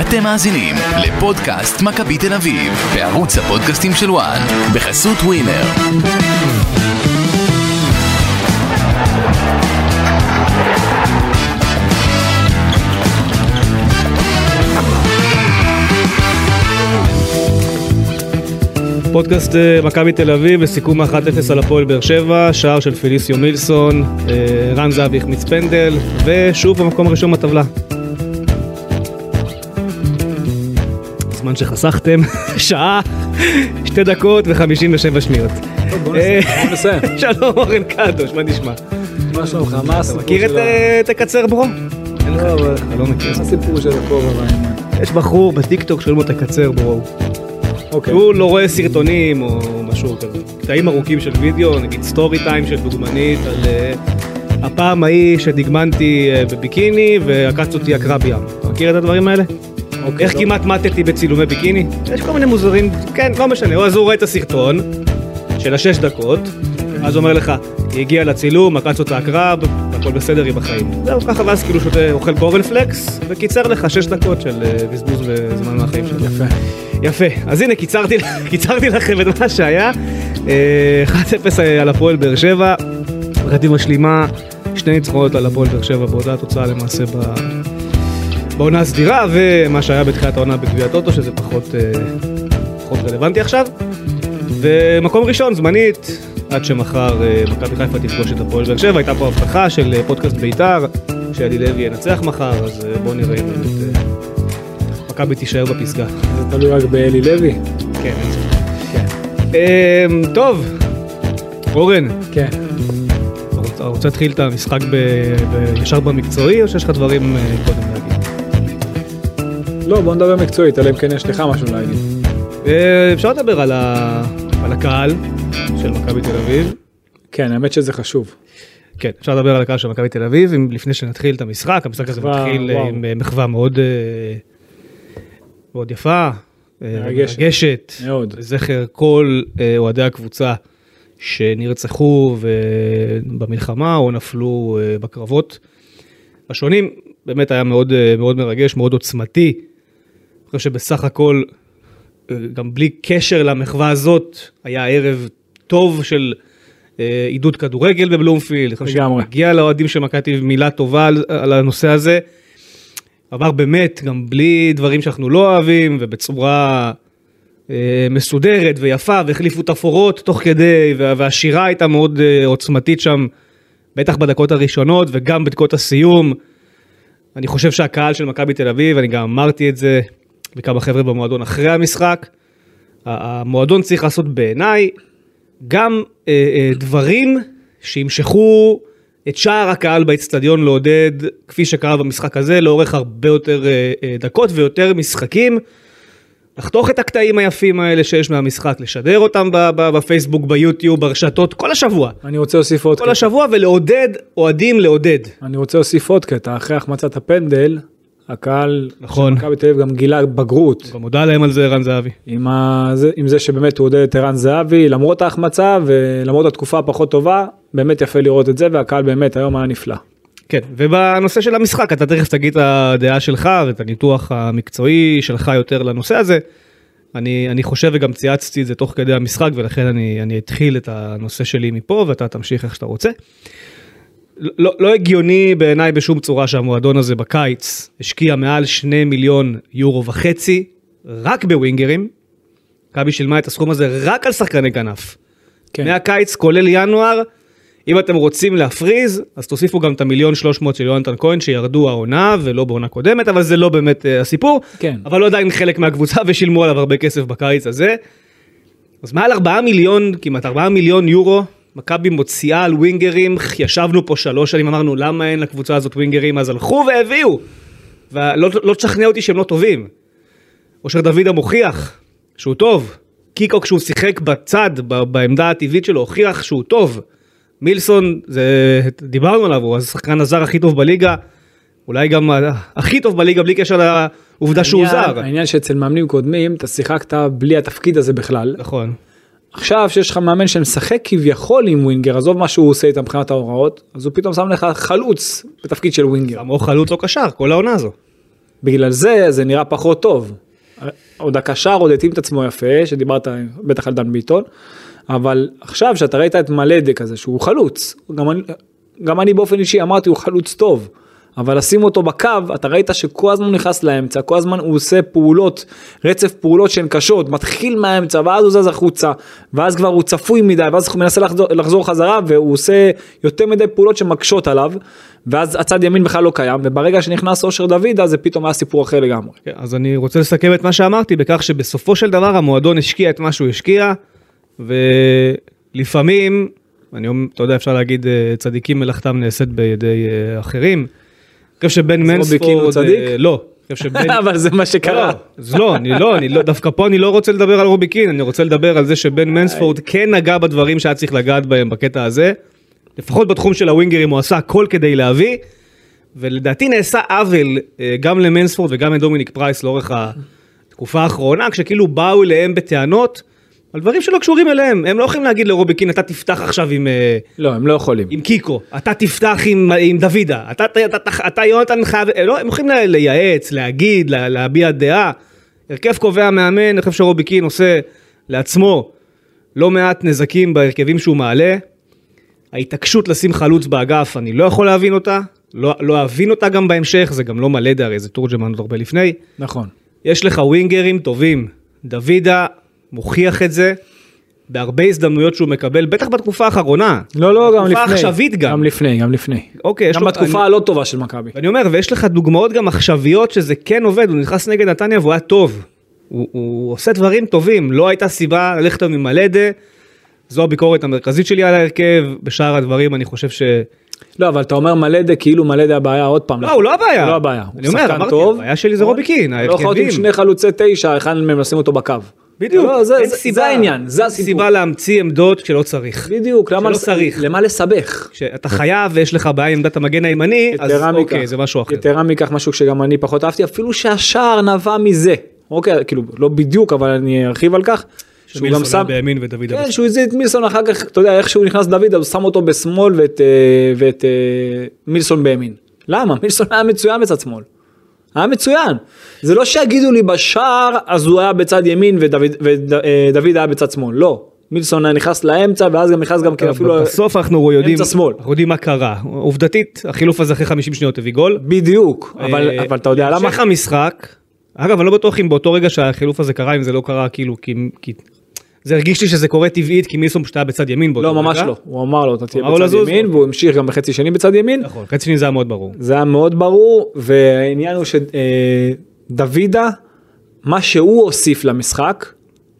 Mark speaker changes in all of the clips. Speaker 1: אתם מאזינים לפודקאסט מכבי תל אביב, בערוץ הפודקאסטים של וואן, בחסות ווינר.
Speaker 2: פודקאסט אה, מכבי תל אביב לסיכום 1-0 על הפועל באר שבע, שער של פליסיו מילסון, אה, רן זהבי החמיץ פנדל, ושוב במקום הראשון בטבלה. זמן שחסכתם, שעה, שתי דקות ו-57 שניות. אה,
Speaker 3: נסיים.
Speaker 2: שלום אורן קדוש, מה נשמע?
Speaker 3: מה שלומך? מה הסיפור
Speaker 2: מכיר את,
Speaker 3: של ה-
Speaker 2: אה, את הקצר ברו?
Speaker 3: לא, אבל-
Speaker 2: אתה לא מכיר.
Speaker 3: מה הסיפור של הכובע?
Speaker 2: יש בחור בטיקטוק שואלים אותו קצר ברו.
Speaker 3: אוקיי.
Speaker 2: הוא לא רואה סרטונים או משהו כזה. קטעים ארוכים של וידאו, נגיד סטורי טיים של דוגמנית על אה, הפעם ההיא שדגמנתי אה, בביקיני ועקץ אותי הקרב ים. אתה מכיר את הדברים האלה?
Speaker 3: אוקיי,
Speaker 2: איך
Speaker 3: לא.
Speaker 2: כמעט מתתי בצילומי ביקיני? יש כל מיני מוזרים, כן, לא משנה. או אז הוא רואה את הסרטון של השש דקות, אז הוא אומר לך, היא הגיעה לצילום, עקץ אותה הקרב, הכל בסדר, היא בחיים. זהו, ככה, ואז כאילו שותה, אוכל קורנפלקס, וקיצר לך שש דקות של אה, בזבוז וזמן מהחיים שלו.
Speaker 3: יפה.
Speaker 2: יפה, אז הנה קיצרתי, קיצרתי לכם את מה שהיה. אה, 1-0 על הפועל באר שבע, רדיו משלימה, שני ניצחונות על הפועל באר שבע באותה התוצאה למעשה ב... בעונה הסדירה, ומה שהיה בתחילת העונה בגביע הטוטו, שזה פחות, אה, פחות רלוונטי עכשיו. ומקום ראשון, זמנית, עד שמחר אה, מכבי חיפה תפגוש את הפועל באר שבע, הייתה פה הבטחה של אה, פודקאסט בית"ר, שאלי לוי ינצח מחר, אז אה, בואו נראה אם באמת אה, מכבי תישאר בפסגה.
Speaker 3: זה תלוי רק באלי לוי.
Speaker 2: כן. אמ, טוב, אורן,
Speaker 3: כן.
Speaker 2: אתה רוצה- אתה רוצה להתחיל את המשחק ב- ב- ישר במקצועי, או שיש לך דברים אה, קודם להגיד?
Speaker 3: לא, בוא נדבר מקצועית, אלא אם כן יש לך משהו להגיד.
Speaker 2: אה, אפשר לדבר על ה- על הקהל של מכבי תל אביב.
Speaker 3: כן, האמת שזה חשוב.
Speaker 2: כן, אפשר לדבר על הקהל של מכבי תל אביב, אם- לפני שנתחיל את המשחק, המשחק הזה
Speaker 3: מחווה,
Speaker 2: מתחיל אה,
Speaker 3: וואו.
Speaker 2: עם אה, מחווה מאוד אה, מאוד יפה, אה,
Speaker 3: מרגשת.
Speaker 2: מרגשת,
Speaker 3: מאוד.
Speaker 2: לזכר כל אה, אוהדי הקבוצה שנרצחו ו- במלחמה או נפלו אה, בקרבות השונים, באמת היה מאוד אה, מאוד מרגש, מאוד עוצמתי. אני חושב שבסך הכל, אה, גם בלי קשר למחווה הזאת, היה ערב טוב של אה, עידוד כדורגל בבלומפילד. אני חושב
Speaker 3: לגמרי.
Speaker 2: שמגיע לאוהדים של מכבי תל אביב מילה טובה על, על הנושא הזה. עבר באמת, גם בלי דברים שאנחנו לא אוהבים, ובצורה אה, מסודרת ויפה, והחליפו תפאורות תוך כדי, וה, והשירה הייתה מאוד אה, עוצמתית שם, בטח בדקות הראשונות וגם בדקות הסיום. אני חושב שהקהל של מכבי תל אביב, אני גם אמרתי את זה לכמה חבר'ה במועדון אחרי המשחק, ה- המועדון צריך לעשות בעיניי גם אה, אה, דברים שימשכו את שאר הקהל באצטדיון לעודד, כפי שקרה במשחק הזה, לאורך הרבה יותר אה, אה, דקות ויותר משחקים. לחתוך את הקטעים היפים האלה שיש מהמשחק, לשדר אותם ב- ב- בפייסבוק, ביוטיוב, ברשתות, כל השבוע.
Speaker 3: אני רוצה להוסיף עוד
Speaker 2: כל
Speaker 3: קטע.
Speaker 2: השבוע ולעודד אוהדים לעודד.
Speaker 3: אני רוצה להוסיף עוד קטע. אחרי החמצת הפנדל, הקהל
Speaker 2: נכון.
Speaker 3: מכבי תל אביב גם גילה בגרות
Speaker 2: גם הודה להם על זה ערן זהבי.
Speaker 3: עם, ה... זה, עם זה שבאמת הוא עודד את ערן זהבי למרות ההחמצה ולמרות התקופה הפחות טובה, באמת יפה לראות את זה והקהל באמת היום היה נפלא.
Speaker 2: כן, ובנושא של המשחק, אתה תכף תגיד את הדעה שלך ואת הניתוח המקצועי שלך יותר לנושא הזה. אני, אני חושב וגם צייצתי את זה תוך כדי המשחק, ולכן אני, אני אתחיל את הנושא שלי מפה, ואתה תמשיך איך שאתה רוצה. לא- לא, לא הגיוני בעיניי בשום צורה שהמועדון הזה בקיץ השקיע מעל שני מיליון יורו וחצי רק בווינגרים. מכבי שילמה את הסכום הזה רק על שחקני כנף. כן. מהקיץ כולל ינואר. אם אתם רוצים להפריז, אז תוסיפו גם את המיליון שלוש מאות של יונתן כהן שירדו העונה ולא בעונה קודמת, אבל זה לא באמת אה, הסיפור.
Speaker 3: כן.
Speaker 2: אבל הוא עדיין חלק מהקבוצה ושילמו עליו הרבה כסף בקיץ הזה. אז מעל ארבעה מיליון, כמעט ארבעה מיליון יורו, מכבי מוציאה על ווינגרים, ישבנו פה שלוש שנים, אמרנו למה אין לקבוצה הזאת ווינגרים, אז הלכו והביאו. ולא לא תשכנע אותי שהם לא טובים. אושר דוידה מוכיח שהוא טוב. קיקו כשהוא שיחק בצד, ב- בעמדה הטבעית שלו, הוכיח שהוא טוב. מילסון, זה, דיברנו עליו, הוא השחקן הזר הכי טוב בליגה, אולי גם ה- הכי טוב בליגה בלי קשר לעובדה שהוא
Speaker 3: העניין-
Speaker 2: זר.
Speaker 3: העניין שאצל מאמנים קודמים אתה שיחקת בלי התפקיד הזה בכלל.
Speaker 2: נכון.
Speaker 3: עכשיו שיש לך מאמן שמשחק כביכול עם ווינגר עזוב מה שהוא עושה איתם מבחינת ההוראות אז הוא פתאום שם לך חלוץ בתפקיד של ווינגר.
Speaker 2: גם או חלוץ או קשר, כל לא העונה הזו.
Speaker 3: בגלל זה זה נראה פחות טוב. עוד הקשר עוד התאים את עצמו יפה, שדיברת בטח על דן ביטון, אבל עכשיו שאתה ראית את מלדה כזה שהוא חלוץ, גם אני, גם אני באופן אישי אמרתי הוא חלוץ טוב, אבל לשים אותו בקו, אתה ראית שכל הזמן הוא נכנס לאמצע, כל הזמן הוא עושה פעולות, רצף פעולות שהן קשות, מתחיל מהאמצע ואז הוא זז החוצה, ואז כבר הוא צפוי מדי, ואז הוא מנסה לחזור, לחזור חזרה והוא עושה יותר מדי פעולות שמקשות עליו, ואז הצד ימין בכלל לא קיים, וברגע שנכנס אושר דוד אז זה פתאום היה סיפור אחר לגמרי.
Speaker 2: כן, אז אני רוצה לסכם את מה שאמרתי בכך שבסופו של דבר המועדון השקיע את מה שהוא השקיע, ולפעמים, אני אומר, אתה יודע, אפשר להגיד אה, צדיקים מלאכתם נעשית בידי אה, אחרים. אני חושב שבן
Speaker 3: רובי קין הוא
Speaker 2: מנספורד,
Speaker 3: צדיק?
Speaker 2: אה, לא, אני חושב שבן,
Speaker 3: אבל זה מה שקרה.
Speaker 2: לא, אז לא, אני לא, אני לא, דווקא פה אני לא רוצה לדבר על רובי קין, אני רוצה לדבר על זה שבן מנספורד כן נגע בדברים שהיה צריך לגעת בהם בקטע הזה, לפחות בתחום של הווינגרים הוא עשה הכל כדי להביא, ולדעתי נעשה עוול אה, גם למנספורד וגם לדומיניק פרייס לאורך התקופה האחרונה, כשכאילו באו אליהם בטענות על דברים שלא קשורים אליהם, הם לא יכולים להגיד לרובי קין אתה תפתח עכשיו עם... אה,
Speaker 3: לא, הם לא יכולים.
Speaker 2: עם קיקו, אתה תפתח עם, עם דוידה, אתה, אתה, אתה, אתה יונתן חייב, לא, הם יכולים ל- לייעץ, להגיד, לה, להביע דעה. הרכב קובע מאמן, אני חושב שרובי קין עושה לעצמו לא מעט נזקים בהרכבים שהוא מעלה. ההתעקשות לשים חלוץ באגף, אני לא יכול להבין אותה, לא, לא אבין אותה גם בהמשך, זה גם לא מלא הרי זה תורג'מן עוד הרבה לפני.
Speaker 3: נכון.
Speaker 2: יש לך ווינגרים טובים. דוידה מוכיח את זה בהרבה הזדמנויות שהוא מקבל, בטח בתקופה האחרונה.
Speaker 3: לא, לא, גם לפני.
Speaker 2: בתקופה העכשווית גם.
Speaker 3: גם לפני, גם לפני.
Speaker 2: אוקיי, יש
Speaker 3: גם
Speaker 2: לו-
Speaker 3: בתקופה
Speaker 2: אני-
Speaker 3: הלא טובה של מכבי.
Speaker 2: ואני אומר, ויש לך דוגמאות גם עכשוויות שזה כן עובד, הוא נכנס נגד נתניה והוא היה טוב. הוא, הוא עושה דברים טובים, לא הייתה סיבה ללכת עם מלדה. זו הביקורת המרכזית שלי על ההרכב, בשאר הדברים אני חושב ש...
Speaker 3: לא, אבל אתה אומר מלדה כאילו מלדה הבעיה עוד פעם.
Speaker 2: לא, הוא לא הבעיה.
Speaker 3: לא הבעיה. הוא
Speaker 2: אני אומר,
Speaker 3: שחקן
Speaker 2: אמרתי,
Speaker 3: טוב.
Speaker 2: הבעיה שלי זה רובי קין,
Speaker 3: לא יכול להיות עם
Speaker 2: ההרכבים.
Speaker 3: שני חלוצי תשע, אחד מהם לשים אותו בקו.
Speaker 2: בדיוק,
Speaker 3: לא, זה-
Speaker 2: אין
Speaker 3: זה-
Speaker 2: סיבה-
Speaker 3: זה העניין, זה
Speaker 2: אין
Speaker 3: הסיפור.
Speaker 2: סיבה להמציא עמדות כשלא צריך.
Speaker 3: בדיוק, למה...
Speaker 2: שלא
Speaker 3: לס-
Speaker 2: צריך.
Speaker 3: למה לסבך?
Speaker 2: כשאתה חייב ויש לך בעיה עם עמדת המגן הימני, אז
Speaker 3: יתרה
Speaker 2: אוקיי,
Speaker 3: מכך,
Speaker 2: זה משהו אחר.
Speaker 3: יתרה מכך, משהו שגם אני פחות אהבתי, אפילו שהשער נבע מזה. אוקיי, כאילו, לא בדיוק, אבל אני ארחיב על כך. שהוא גם
Speaker 2: שמילסון היה
Speaker 3: שם...
Speaker 2: בימין ודוד
Speaker 3: כן,
Speaker 2: אביטן.
Speaker 3: שהוא הזיז את מילסון אחר כך, אתה יודע, איך שהוא נכנס דוד, אז הוא שם אותו בשמאל ואת, אה, ואת אה, מילסון בימין. למה? מילסון היה מצוין בצד שמאל. היה מצוין. זה לא שיגידו לי בשער, אז הוא היה בצד ימין ודוד, ודוד היה בצד שמאל. לא. מילסון היה נכנס לאמצע, ואז גם נכנס גם כן אפילו...
Speaker 2: בסוף אנחנו יודעים,
Speaker 3: אמצע שמאל.
Speaker 2: אנחנו יודעים מה קרה. עובדתית, החילוף הזה אחרי 50 שניות הביא גול.
Speaker 3: בדיוק. אבל,
Speaker 2: אה,
Speaker 3: אבל אתה יודע למה?
Speaker 2: המשך המשחק, אגב, אני לא בטוח אם באותו רגע שהחילוף הזה קרה, אם זה לא קרה, כאילו, כי... כי... זה הרגיש לי שזה קורה טבעית, כי מילסון פשוט היה בצד ימין באותו
Speaker 3: לא,
Speaker 2: רגע.
Speaker 3: ממש לא. הוא אמר לו, אתה תהיה
Speaker 2: אמר לו
Speaker 3: בצד
Speaker 2: לזוז,
Speaker 3: ימין,
Speaker 2: אוקיי.
Speaker 3: והוא המשיך גם בחצי שני בצד ימין.
Speaker 2: נכון, חצי שני זה היה מאוד ברור.
Speaker 3: זה היה מאוד ברור והעניין הוא שדוידה מה שהוא הוסיף למשחק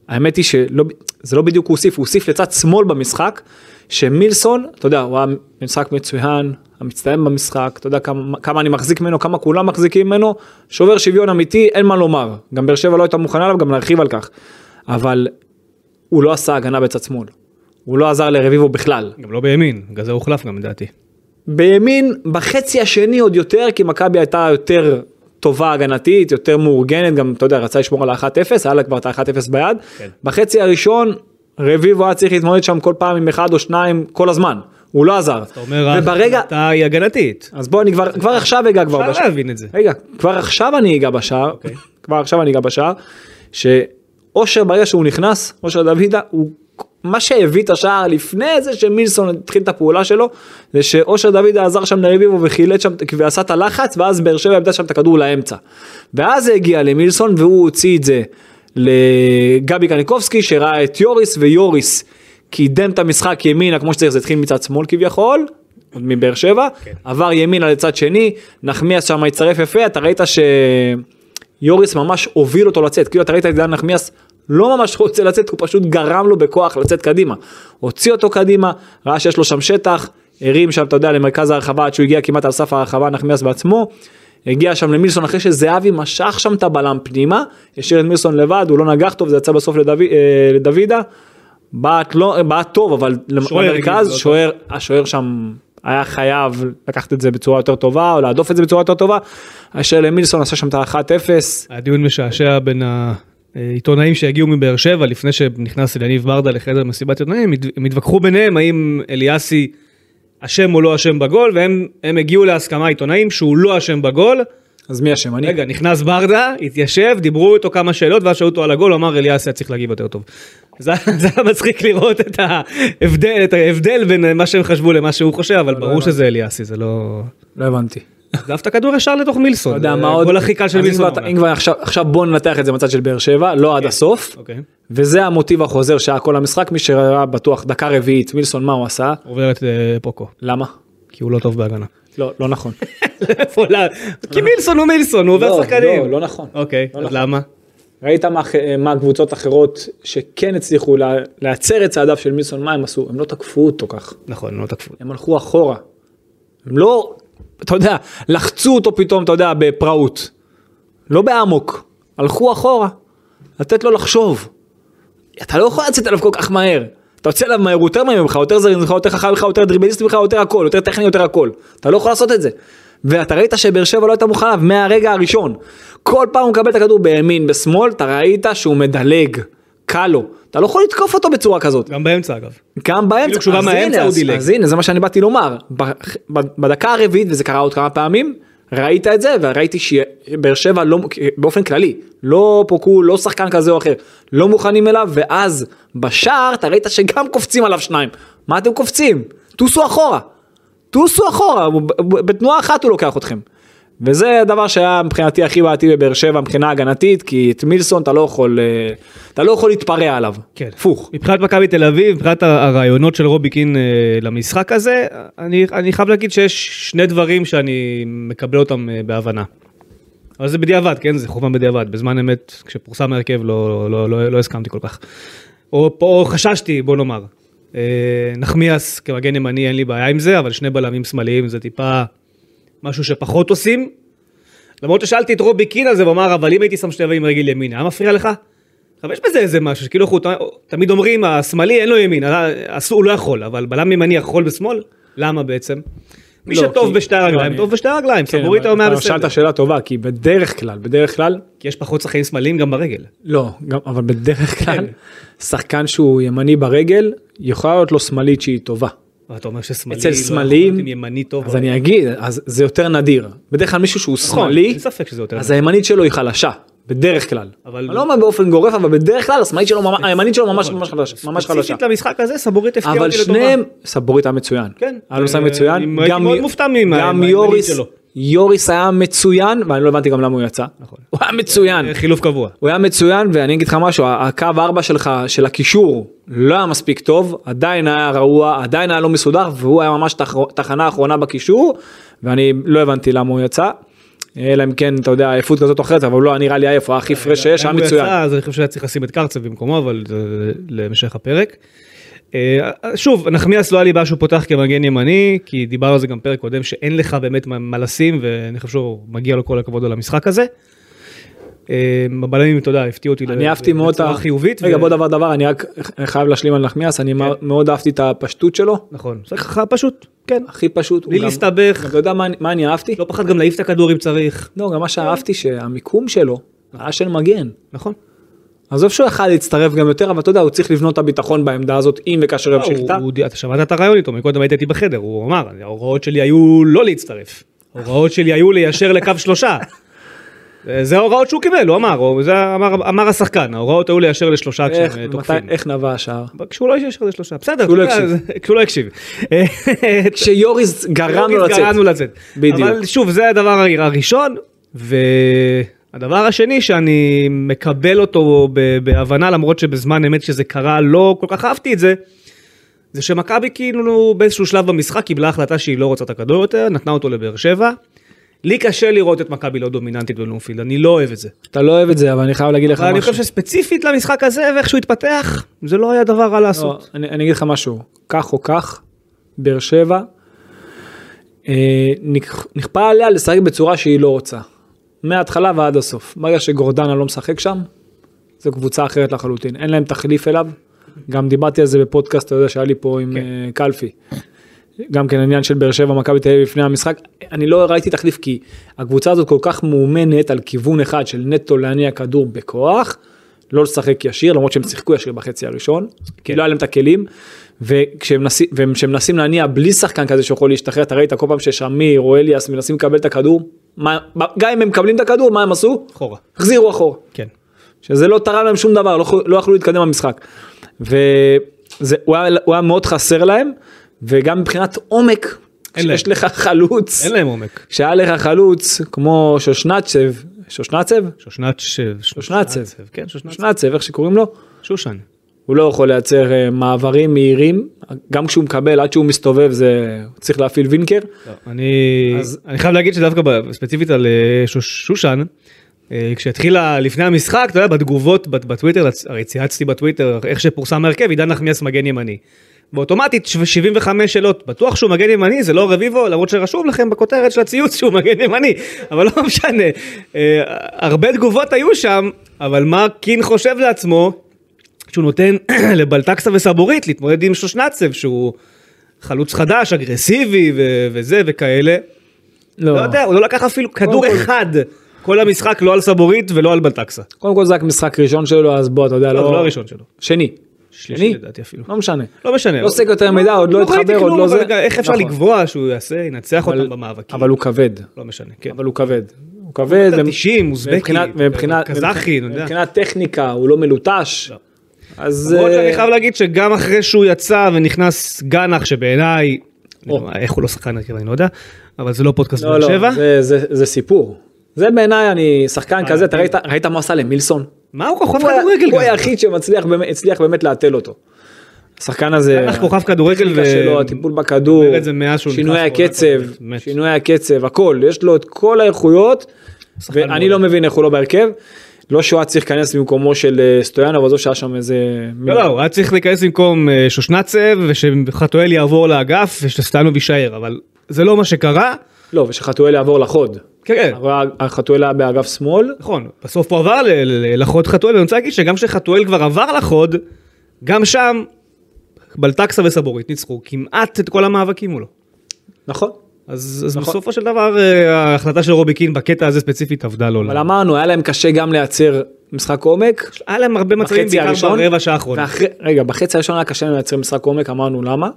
Speaker 3: האמת היא שלא זה לא בדיוק הוא הוסיף הוא הוסיף לצד שמאל במשחק שמילסון אתה יודע הוא היה משחק מצוין המצטיין במשחק אתה יודע כמה, כמה אני מחזיק ממנו כמה כולם מחזיקים ממנו שובר שוויון אמיתי אין מה לומר גם באר שבע לא הייתה מוכנה עליו גם להרחיב על כך אבל הוא לא עשה הגנה בצד שמאל הוא לא עזר לרביבו בכלל.
Speaker 2: גם לא בימין, בגלל זה הוחלף גם לדעתי.
Speaker 3: בימין בחצי השני עוד יותר כי מכבי הייתה יותר טובה הגנתית יותר מאורגנת גם אתה יודע רצה לשמור על ה-1-0 היה לה כבר את ה-1-0 ביד
Speaker 2: כן.
Speaker 3: בחצי הראשון רביבו היה צריך להתמודד שם כל פעם עם אחד או שניים כל הזמן הוא לא עזר
Speaker 2: אתה אומר, אה,
Speaker 3: וברגע
Speaker 2: ההחלטה היא הגנתית.
Speaker 3: אז בוא אני כבר כבר עכשיו אגע כבר
Speaker 2: אפשר
Speaker 3: בשער.
Speaker 2: להבין את זה.
Speaker 3: רגע כבר עכשיו אני אגע בשער
Speaker 2: אוקיי.
Speaker 3: כבר עכשיו אני אגע בשער שאושר ברגע שהוא נכנס אושר דוידה הוא מה שהביא את השער לפני זה שמילסון התחיל את הפעולה שלו זה שאושר דוידה עזר שם לרביבו וחילט שם ועשה את הלחץ ואז באר שבע עמדה שם את הכדור לאמצע. ואז זה הגיע למילסון והוא הוציא את זה לגבי קניקובסקי שראה את יוריס ויוריס קידם את המשחק ימינה כמו שצריך זה התחיל מצד שמאל כביכול. עוד מבאר שבע, כן. עבר ימינה לצד שני, נחמיאס שם הצטרף יפה, אתה ראית ש... יוריס ממש הוביל אותו לצאת, כאילו אתה ראית את דן נחמיאס לא ממש רוצה לצאת, הוא פשוט גרם לו בכוח לצאת קדימה. הוציא אותו קדימה, ראה שיש לו שם שטח, הרים שם, אתה יודע, למרכז הרחבה עד שהוא הגיע כמעט על סף הרחבה, נחמיאס בעצמו. הגיע שם למילסון אחרי שזהבי משך שם את הבלם פנימה, השאיר את מילסון לבד, הוא לא נגח טוב, זה יצא בסוף לדוד, אה, לדוידה. בעט לא, בעט טוב, אבל
Speaker 2: שוער הגיב, לא
Speaker 3: למרכז,
Speaker 2: טוב.
Speaker 3: שוער, השוער שם היה חייב לקחת את זה בצורה יותר טובה, או להדוף את זה בצורה יותר טובה. אשר למילסון עשה שם את ה-1-0,
Speaker 2: היה דיון משעשע בין העיתונאים שהגיעו מבאר שבע לפני שנכנס אליניב ברדה לחדר מסיבת עיתונאים, הת- הם התווכחו ביניהם האם אליאסי אשם או לא אשם בגול, והם הם הגיעו להסכמה עיתונאים שהוא לא אשם בגול,
Speaker 3: אז מי אשם? אני?
Speaker 2: רגע, נכנס ברדה, התיישב, דיברו איתו כמה שאלות, ואז שאלו אותו על הגול, הוא אמר אליאס היה צריך להגיב יותר טוב. זה זה היה מצחיק לראות את ההבדל, את ההבדל בין מה שהם חשבו למה שהוא חושב, אבל ברור שזה אליאסי, זה לא...
Speaker 3: לא הבנתי.
Speaker 2: דף את הכדור ישר לתוך מילסון.
Speaker 3: אתה יודע
Speaker 2: זה
Speaker 3: מה עוד?
Speaker 2: הגול אה, הכי קל של
Speaker 3: אז אם
Speaker 2: מילסון.
Speaker 3: כבר- אם כבר עכשיו- עכשיו בוא ננתח את זה מצד של באר שבע, לא עד הסוף.
Speaker 2: אוקיי.
Speaker 3: וזה המוטיב החוזר שהיה כל המשחק, מי שראה בטוח דקה רביעית, מילסון מה הוא עשה?
Speaker 2: עובר את אה, פוקו,
Speaker 3: למה?
Speaker 2: כי הוא לא טוב בהגנה.
Speaker 3: לא, לא נכון.
Speaker 2: איפה לא? כי מילסון הוא מילסון, הוא
Speaker 3: לא,
Speaker 2: עובר שחקנים.
Speaker 3: לא, לא נכון.
Speaker 2: אוקיי,
Speaker 3: לא
Speaker 2: אז
Speaker 3: נכון.
Speaker 2: למה?
Speaker 3: ראית מה, מה קבוצות אחרות שכן הצליחו לה, להצר את צעדיו של מילסון, מה הם עשו? הם לא תקפו אותו כך,
Speaker 2: נכון, לא תקפו.
Speaker 3: הם הלכו אחורה. הם לא, אתה יודע, לחצו אותו פתאום, אתה יודע, בפראות. לא באמוק, הלכו אחורה. לתת לו לחשוב. אתה לא יכול לצאת עליו כל כך מהר. אתה יוצא עליו מהר, הוא יותר מהר ממך, יותר זריר ממך, יותר חכם ממך, יותר דריבליסט ממך, יותר הכל, יותר טכני, יותר הכל. אתה לא יכול לעשות את זה. ואתה ראית שבאר שבע לא הייתה מוכנה עליו מהרגע הראשון. כל פעם הוא מקבל את הכדור בימין, בשמאל, אתה ראית שהוא מדלג. קל לו. אתה לא יכול לתקוף אותו בצורה כזאת.
Speaker 2: גם באמצע אגב.
Speaker 3: גם באמצע,
Speaker 2: כאילו כשהוא בא
Speaker 3: אז
Speaker 2: מהאמצע
Speaker 3: הנה,
Speaker 2: הוא
Speaker 3: אז-
Speaker 2: דילג.
Speaker 3: אז הנה זה מה שאני באתי לומר, בח- ב- בדקה הרביעית וזה קרה עוד כמה פעמים, ראית את זה וראיתי שבאר שבע לא, באופן כללי, לא פוקו, לא שחקן כזה או אחר, לא מוכנים אליו ואז בשער אתה ראית שגם קופצים עליו שניים, מה אתם קופצים? טוסו אחורה, טוסו אחורה, הוא- ב- ב- בתנועה אחת הוא לוקח אתכם. וזה הדבר שהיה מבחינתי הכי בעייתי בבאר שבע מבחינה הגנתית כי את מילסון אתה לא יכול אה, אתה לא יכול להתפרע עליו.
Speaker 2: כן.
Speaker 3: הפוך.
Speaker 2: מבחינת מכבי תל אביב, מבחינת ה- הרעיונות של רובי קין אה, למשחק הזה, אני, אני חייב להגיד שיש שני דברים שאני מקבל אותם אה, בהבנה. אבל זה בדיעבד, כן? זה חוכמה בדיעבד. בזמן אמת, כשפורסם ההרכב, לא, לא, לא, לא הסכמתי כל כך. או, או חששתי, בוא נאמר. אה, נחמיאס כמגן ימני, אין לי בעיה עם זה, אבל שני בלמים שמאליים זה טיפה משהו שפחות עושים. למרות ששאלתי את רובי קין על זה, הוא אמר, אבל אם הייתי שם שתי עם רגל ימין, היה מפריע לך? אבל יש בזה איזה משהו, שכאילו אנחנו ת- תמיד אומרים, השמאלי אין לו ימין, ה- אסור, הוא לא יכול, אבל בלם ימני יכול בשמאל? למה בעצם? מי
Speaker 3: לא,
Speaker 2: שטוב
Speaker 3: כי-
Speaker 2: בשתי
Speaker 3: לא,
Speaker 2: הרגליים,
Speaker 3: אני-
Speaker 2: טוב בשתי הרגליים,
Speaker 3: כן,
Speaker 2: סבורית
Speaker 3: אבל
Speaker 2: אומר
Speaker 3: אתה
Speaker 2: בסדר.
Speaker 3: שאלת שאלה טובה, כי בדרך כלל, בדרך כלל,
Speaker 2: כי יש פחות שחקנים שמאליים גם ברגל.
Speaker 3: לא, גם, אבל
Speaker 2: כן.
Speaker 3: בדרך כלל, שחקן שהוא ימני ברגל, יכולה להיות לו שמאלית שהיא טובה.
Speaker 2: אבל אתה אומר ששמאלי,
Speaker 3: אצל
Speaker 2: לא יכול
Speaker 3: שמאליים,
Speaker 2: להיות עם ימני טוב.
Speaker 3: אז אני אגיד, אז זה יותר נדיר. בדרך כלל מישהו שהוא
Speaker 2: נכון,
Speaker 3: שמאלי,
Speaker 2: אין ספק שזה יותר
Speaker 3: אז
Speaker 2: נדיר.
Speaker 3: הימנית שלו היא חלשה, בדרך כלל.
Speaker 2: אבל- אה,
Speaker 3: אני לא אומר באופן גורף, אבל בדרך כלל השמאלית שלו, ממש- הימנית שלו ממש ממש חלשה. ממש חלשה.
Speaker 2: נכון. ספציפית למשחק הזה, סבורית הפתיע אותי
Speaker 3: אבל
Speaker 2: לטובה.
Speaker 3: שניהם, סבורית היה מצוין.
Speaker 2: כן.
Speaker 3: אלוס
Speaker 2: אה,
Speaker 3: היה מצוין.
Speaker 2: אני הייתי
Speaker 3: גם
Speaker 2: מאוד
Speaker 3: י-
Speaker 2: מופתע ממה-
Speaker 3: גם
Speaker 2: מהימנית
Speaker 3: יוריס,
Speaker 2: שלו.
Speaker 3: יוריס היה מצוין, ואני לא הבנתי גם למה הוא יצא.
Speaker 2: נכון.
Speaker 3: הוא היה מצוין.
Speaker 2: אה, חילוף קבוע.
Speaker 3: הוא היה מצוין ואני אגיד לך משהו הקו 4 שלך של הקישור לא היה מספיק טוב עדיין היה רעוע עדיין היה לא מסודר והוא היה ממש תח... תחנה אחרונה בקישור ואני לא הבנתי למה הוא יצא. אלא אם כן אתה יודע עייפות כזאת או אחרת אבל הוא לא היה נראה לי עייף הוא היה הכי פרש שיש היה
Speaker 2: אם הוא
Speaker 3: מצוין.
Speaker 2: יצא, אז אני חושב שהיה צריך לשים את קרצב במקומו, אבל זה להמשך הפרק. אה, שוב, נחמיאס לא היה לי בעיה שהוא פותח כמגן ימני, כי דיברנו על זה גם פרק קודם, שאין לך באמת מה- מה לשים, ואני חושב שהוא מגיע לו כל הכבוד על המשחק הזה. אה, הבלמים, אתה יודע, הפתיעו אותי
Speaker 3: אני אהבתי מאוד את
Speaker 2: אה, בצורה
Speaker 3: ה...
Speaker 2: חיובית.
Speaker 3: רגע
Speaker 2: ו- כן.
Speaker 3: בוא דבר דבר אני רק חייב להשלים על נחמיאס אני מאוד אהבתי את הפשטות שלו
Speaker 2: נכון, זה ככה פשוט, כן.
Speaker 3: הכי פשוט. הוא
Speaker 2: בלי
Speaker 3: גם-
Speaker 2: להסתבך.
Speaker 3: גם אתה יודע מה אני- מה אני אהבתי?
Speaker 2: לא פחד גם להעיף את הכדור אם צריך.
Speaker 3: לא גם מה שאהבתי שהמיקום שלו היה של מגן.
Speaker 2: נכון.
Speaker 3: עזוב שהוא יכל להצטרף גם יותר, אבל אתה יודע, הוא צריך לבנות את הביטחון בעמדה הזאת, אם וכאשר ימשיך
Speaker 2: הוא-
Speaker 3: איתה.
Speaker 2: לא, הוא- אתה שמעת את הרעיון איתו, מקודם הייתי בחדר, הוא אמר, ההוראות שלי היו לא להצטרף. ההוראות שלי היו ליישר לקו שלושה. זה ההוראות שהוא קיבל, הוא אמר, הוא- זה אמר- אמר השחקן, ההוראות היו ליישר לשלושה
Speaker 3: איך-
Speaker 2: כשהם אה,
Speaker 3: מתי-
Speaker 2: תוקפים.
Speaker 3: איך נבע השער?
Speaker 2: כשהוא לא יישר לשלושה, בסדר,
Speaker 3: כשהוא לא
Speaker 2: אתה יודע,
Speaker 3: הקשיב.
Speaker 2: זה- כשהוא לא הקשיב. אה,
Speaker 3: כשיוריס גרם לו
Speaker 2: אוקיי,
Speaker 3: לצאת.
Speaker 2: גרמנו לצאת.
Speaker 3: בדיוק.
Speaker 2: אבל שוב, זה הדבר הר- הראשון, והדבר השני שאני מקבל אותו ב- בהבנה, למרות שבזמן אמת שזה קרה לא כל כך אהבתי את זה, זה שמכבי כאילו באיזשהו שלב במשחק קיבלה החלטה שהיא לא רוצה את הכדור יותר, נתנה אותו לבאר שבע. לי קשה לראות את מכבי לא דומיננטית בלומפילד, אני לא אוהב את זה.
Speaker 3: אתה לא אוהב את זה, אבל אני חייב להגיד לך
Speaker 2: אבל אני
Speaker 3: משהו.
Speaker 2: חושב שספציפית למשחק הזה ואיך שהוא התפתח, זה לא היה דבר רע
Speaker 3: לא,
Speaker 2: לעשות.
Speaker 3: אני אני אגיד לך משהו, כך או כך, באר שבע, אה, נכ- נכפה עליה לשחק בצורה שהיא לא רוצה. מההתחלה ועד הסוף. ברגע שגורדנה לא משחק שם, זו קבוצה אחרת לחלוטין. אין להם תחליף אליו. גם דיברתי על זה בפודקאסט, אתה יודע, שהיה לי פה עם אה, קלפי. גם כן עניין של באר שבע מכבי תל אביב לפני המשחק אני לא ראיתי תחליף כי הקבוצה הזאת כל כך מאומנת על כיוון אחד של נטו להניע כדור בכוח לא לשחק ישיר למרות שהם שיחקו ישיר בחצי הראשון כי לא היה להם את הכלים וכשהם נסי- והם- כשהם מנסים להניע בלי שחקן כזה שיכול להשתחרר אתה ראית כל פעם ששמיר או אליאס מנסים לקבל את הכדור מה- גם אם הם מקבלים את הכדור, מה הם עשו?
Speaker 2: אחורה.
Speaker 3: החזירו אחורה.
Speaker 2: כן.
Speaker 3: שזה לא תרם להם שום דבר, לא, יכו- לא יכלו להתקדם במשחק. והוא היה, הוא היה מאוד חסר להם, וגם מבחינת עומק,
Speaker 2: אין להם.
Speaker 3: יש לך חלוץ,
Speaker 2: אין להם עומק.
Speaker 3: שהיה לך חלוץ כמו שושנצב, שושנצב?
Speaker 2: שושנת ש...
Speaker 3: שושנצב,
Speaker 2: כן, שושנת
Speaker 3: שושנצב, איך שקוראים לו,
Speaker 2: שושן.
Speaker 3: הוא לא יכול לייצר אה, מעברים מהירים, גם כשהוא מקבל, עד שהוא מסתובב זה, הוא צריך להפעיל וינקר.
Speaker 2: אני,
Speaker 3: אז-
Speaker 2: אני חייב להגיד שדווקא ב- ספציפית על אה, שוש, שושן, אה, כשהתחילה לפני המשחק, אתה יודע, בתגובות בט- בטוויטר, לצ- הרי צייצתי בטוויטר, איך שפורסם ההרכב, עידן נחמיאס מגן ימני. באוטומטית ש- 75 שאלות, בטוח שהוא מגן ימני, זה לא רביבו, למרות שרשום לכם בכותרת של הציוץ שהוא מגן ימני, אבל לא משנה. אה, הרבה תגובות היו שם, אבל מה קין חושב לעצמו? שהוא נותן לבלטקסה וסבורית להתמודד עם שושנצב שהוא חלוץ חדש, אגרסיבי ו- וזה וכאלה. לא יודע, הוא לא לקח אפילו כדור
Speaker 3: כל-
Speaker 2: אחד כל המשחק לא על סבורית ולא על בלטקסה.
Speaker 3: קודם כל זה רק משחק ראשון שלו, אז בוא, אתה יודע,
Speaker 2: לא,
Speaker 3: לא...
Speaker 2: זה לא הראשון שלו.
Speaker 3: שני.
Speaker 2: שלישי לדעתי אפילו.
Speaker 3: לא משנה.
Speaker 2: לא משנה.
Speaker 3: לא עוסק יותר מידע, עוד לא
Speaker 2: ראיתי
Speaker 3: התחבר, עוד
Speaker 2: כלום,
Speaker 3: לא
Speaker 2: אבל
Speaker 3: זה.
Speaker 2: רגע, איך אפשר
Speaker 3: נכון.
Speaker 2: לקבוע שהוא יעשה, ינצח
Speaker 3: אבל-
Speaker 2: אותם במאבקים?
Speaker 3: אבל הוא כבד.
Speaker 2: לא משנה, כן.
Speaker 3: אבל הוא כבד. הוא כבד.
Speaker 2: הוא 90, אוזבקי, אה,
Speaker 3: ומבחינת- ומבחינת-
Speaker 2: קזחי, אני יודע.
Speaker 3: מבחינת טכניקה, הוא לא מלוטש. אז...
Speaker 2: למרות
Speaker 3: אה,
Speaker 2: שאני חייב להגיד שגם אחרי שהוא יצא ונכנס גנח שבעיניי,
Speaker 3: או.
Speaker 2: איך הוא לא שחקן הרכב אני לא יודע, אבל זה לא פודקאסט
Speaker 3: לא,
Speaker 2: באר
Speaker 3: לא,
Speaker 2: שבע. אה,
Speaker 3: זה- זה- זה סיפור. זה בעיניי, אני שחקן כזה,
Speaker 2: כן.
Speaker 3: אתה ראית- ראית מה הוא עשה למילסון?
Speaker 2: מה הוא כוכב
Speaker 3: הוא היה-
Speaker 2: כדורגל גם?
Speaker 3: הוא היחיד שהצליח באמת להתל אותו. השחקן הזה...
Speaker 2: בטח כוכב כדורגל
Speaker 3: הטכניקה שלו, הטיפול בכדור,
Speaker 2: אומר את זה מאז שהוא
Speaker 3: שינוי
Speaker 2: נכנס לעונה
Speaker 3: הקצב,
Speaker 2: הקודמת, באמת.
Speaker 3: שינוי הקצב, הכל, יש לו את כל האיכויות,
Speaker 2: שחקן
Speaker 3: ואני
Speaker 2: מעולה.
Speaker 3: לא מבין איך הוא לא בהרכב. לא שהוא היה צריך להיכנס במקומו של אה, סטויאנוב, עזוב שהיה שם איזה...
Speaker 2: לא, לא, הוא היה צריך להיכנס במקום אה, שושנצב, ושחתואל יעבור לאגף, ושסטנוב יישאר, אבל זה לא מה שקרה.
Speaker 3: לא, ושחתואל יעבור לחוד.
Speaker 2: כן, כן,
Speaker 3: אבל החתואל היה באגף שמאל,
Speaker 2: נכון, בסוף הוא עבר ל- ל- לחוד חתואל, ואני רוצה להגיד שגם כשחתואל כבר עבר לחוד, גם שם בלטקסה וסבורית ניצחו כמעט את כל המאבקים מולו.
Speaker 3: נכון.
Speaker 2: אז, אז בסופו של דבר אה, ההחלטה של רובי קין בקטע הזה ספציפית עבדה לו.
Speaker 3: אבל אמרנו, היה להם קשה גם לייצר משחק עומק.
Speaker 2: היה להם הרבה מצבים
Speaker 3: בחצי
Speaker 2: בעיקר
Speaker 3: הראשון,
Speaker 2: ברבע שעה האחרונה.
Speaker 3: ואחרי, רגע, בחצי הראשון היה קשה להם לייצר משחק עומק, אמרנו למה,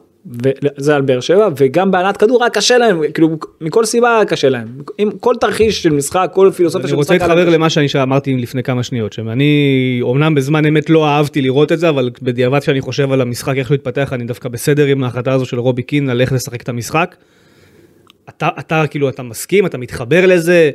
Speaker 3: וזה על באר שבע, וגם בהנעת כדור היה קשה להם, כאילו מכל סיבה היה קשה להם, עם כל תרחיש של משחק, כל פילוסופיה
Speaker 2: אני
Speaker 3: של
Speaker 2: רוצה
Speaker 3: משחק,
Speaker 2: להתחבר
Speaker 3: היה-
Speaker 2: למה שאני אמרתי לפני כמה שניות, שאני אומנם בזמן אמת לא אהבתי לראות את זה, אבל בדיעבד כשאני חושב על המשחק, איך שהוא התפתח, אני דווקא בסדר עם ההחלטה הזו של רובי קין על איך לשחק את המשחק. אתה, אתה כאילו, אתה מסכים, אתה מתחבר לזה,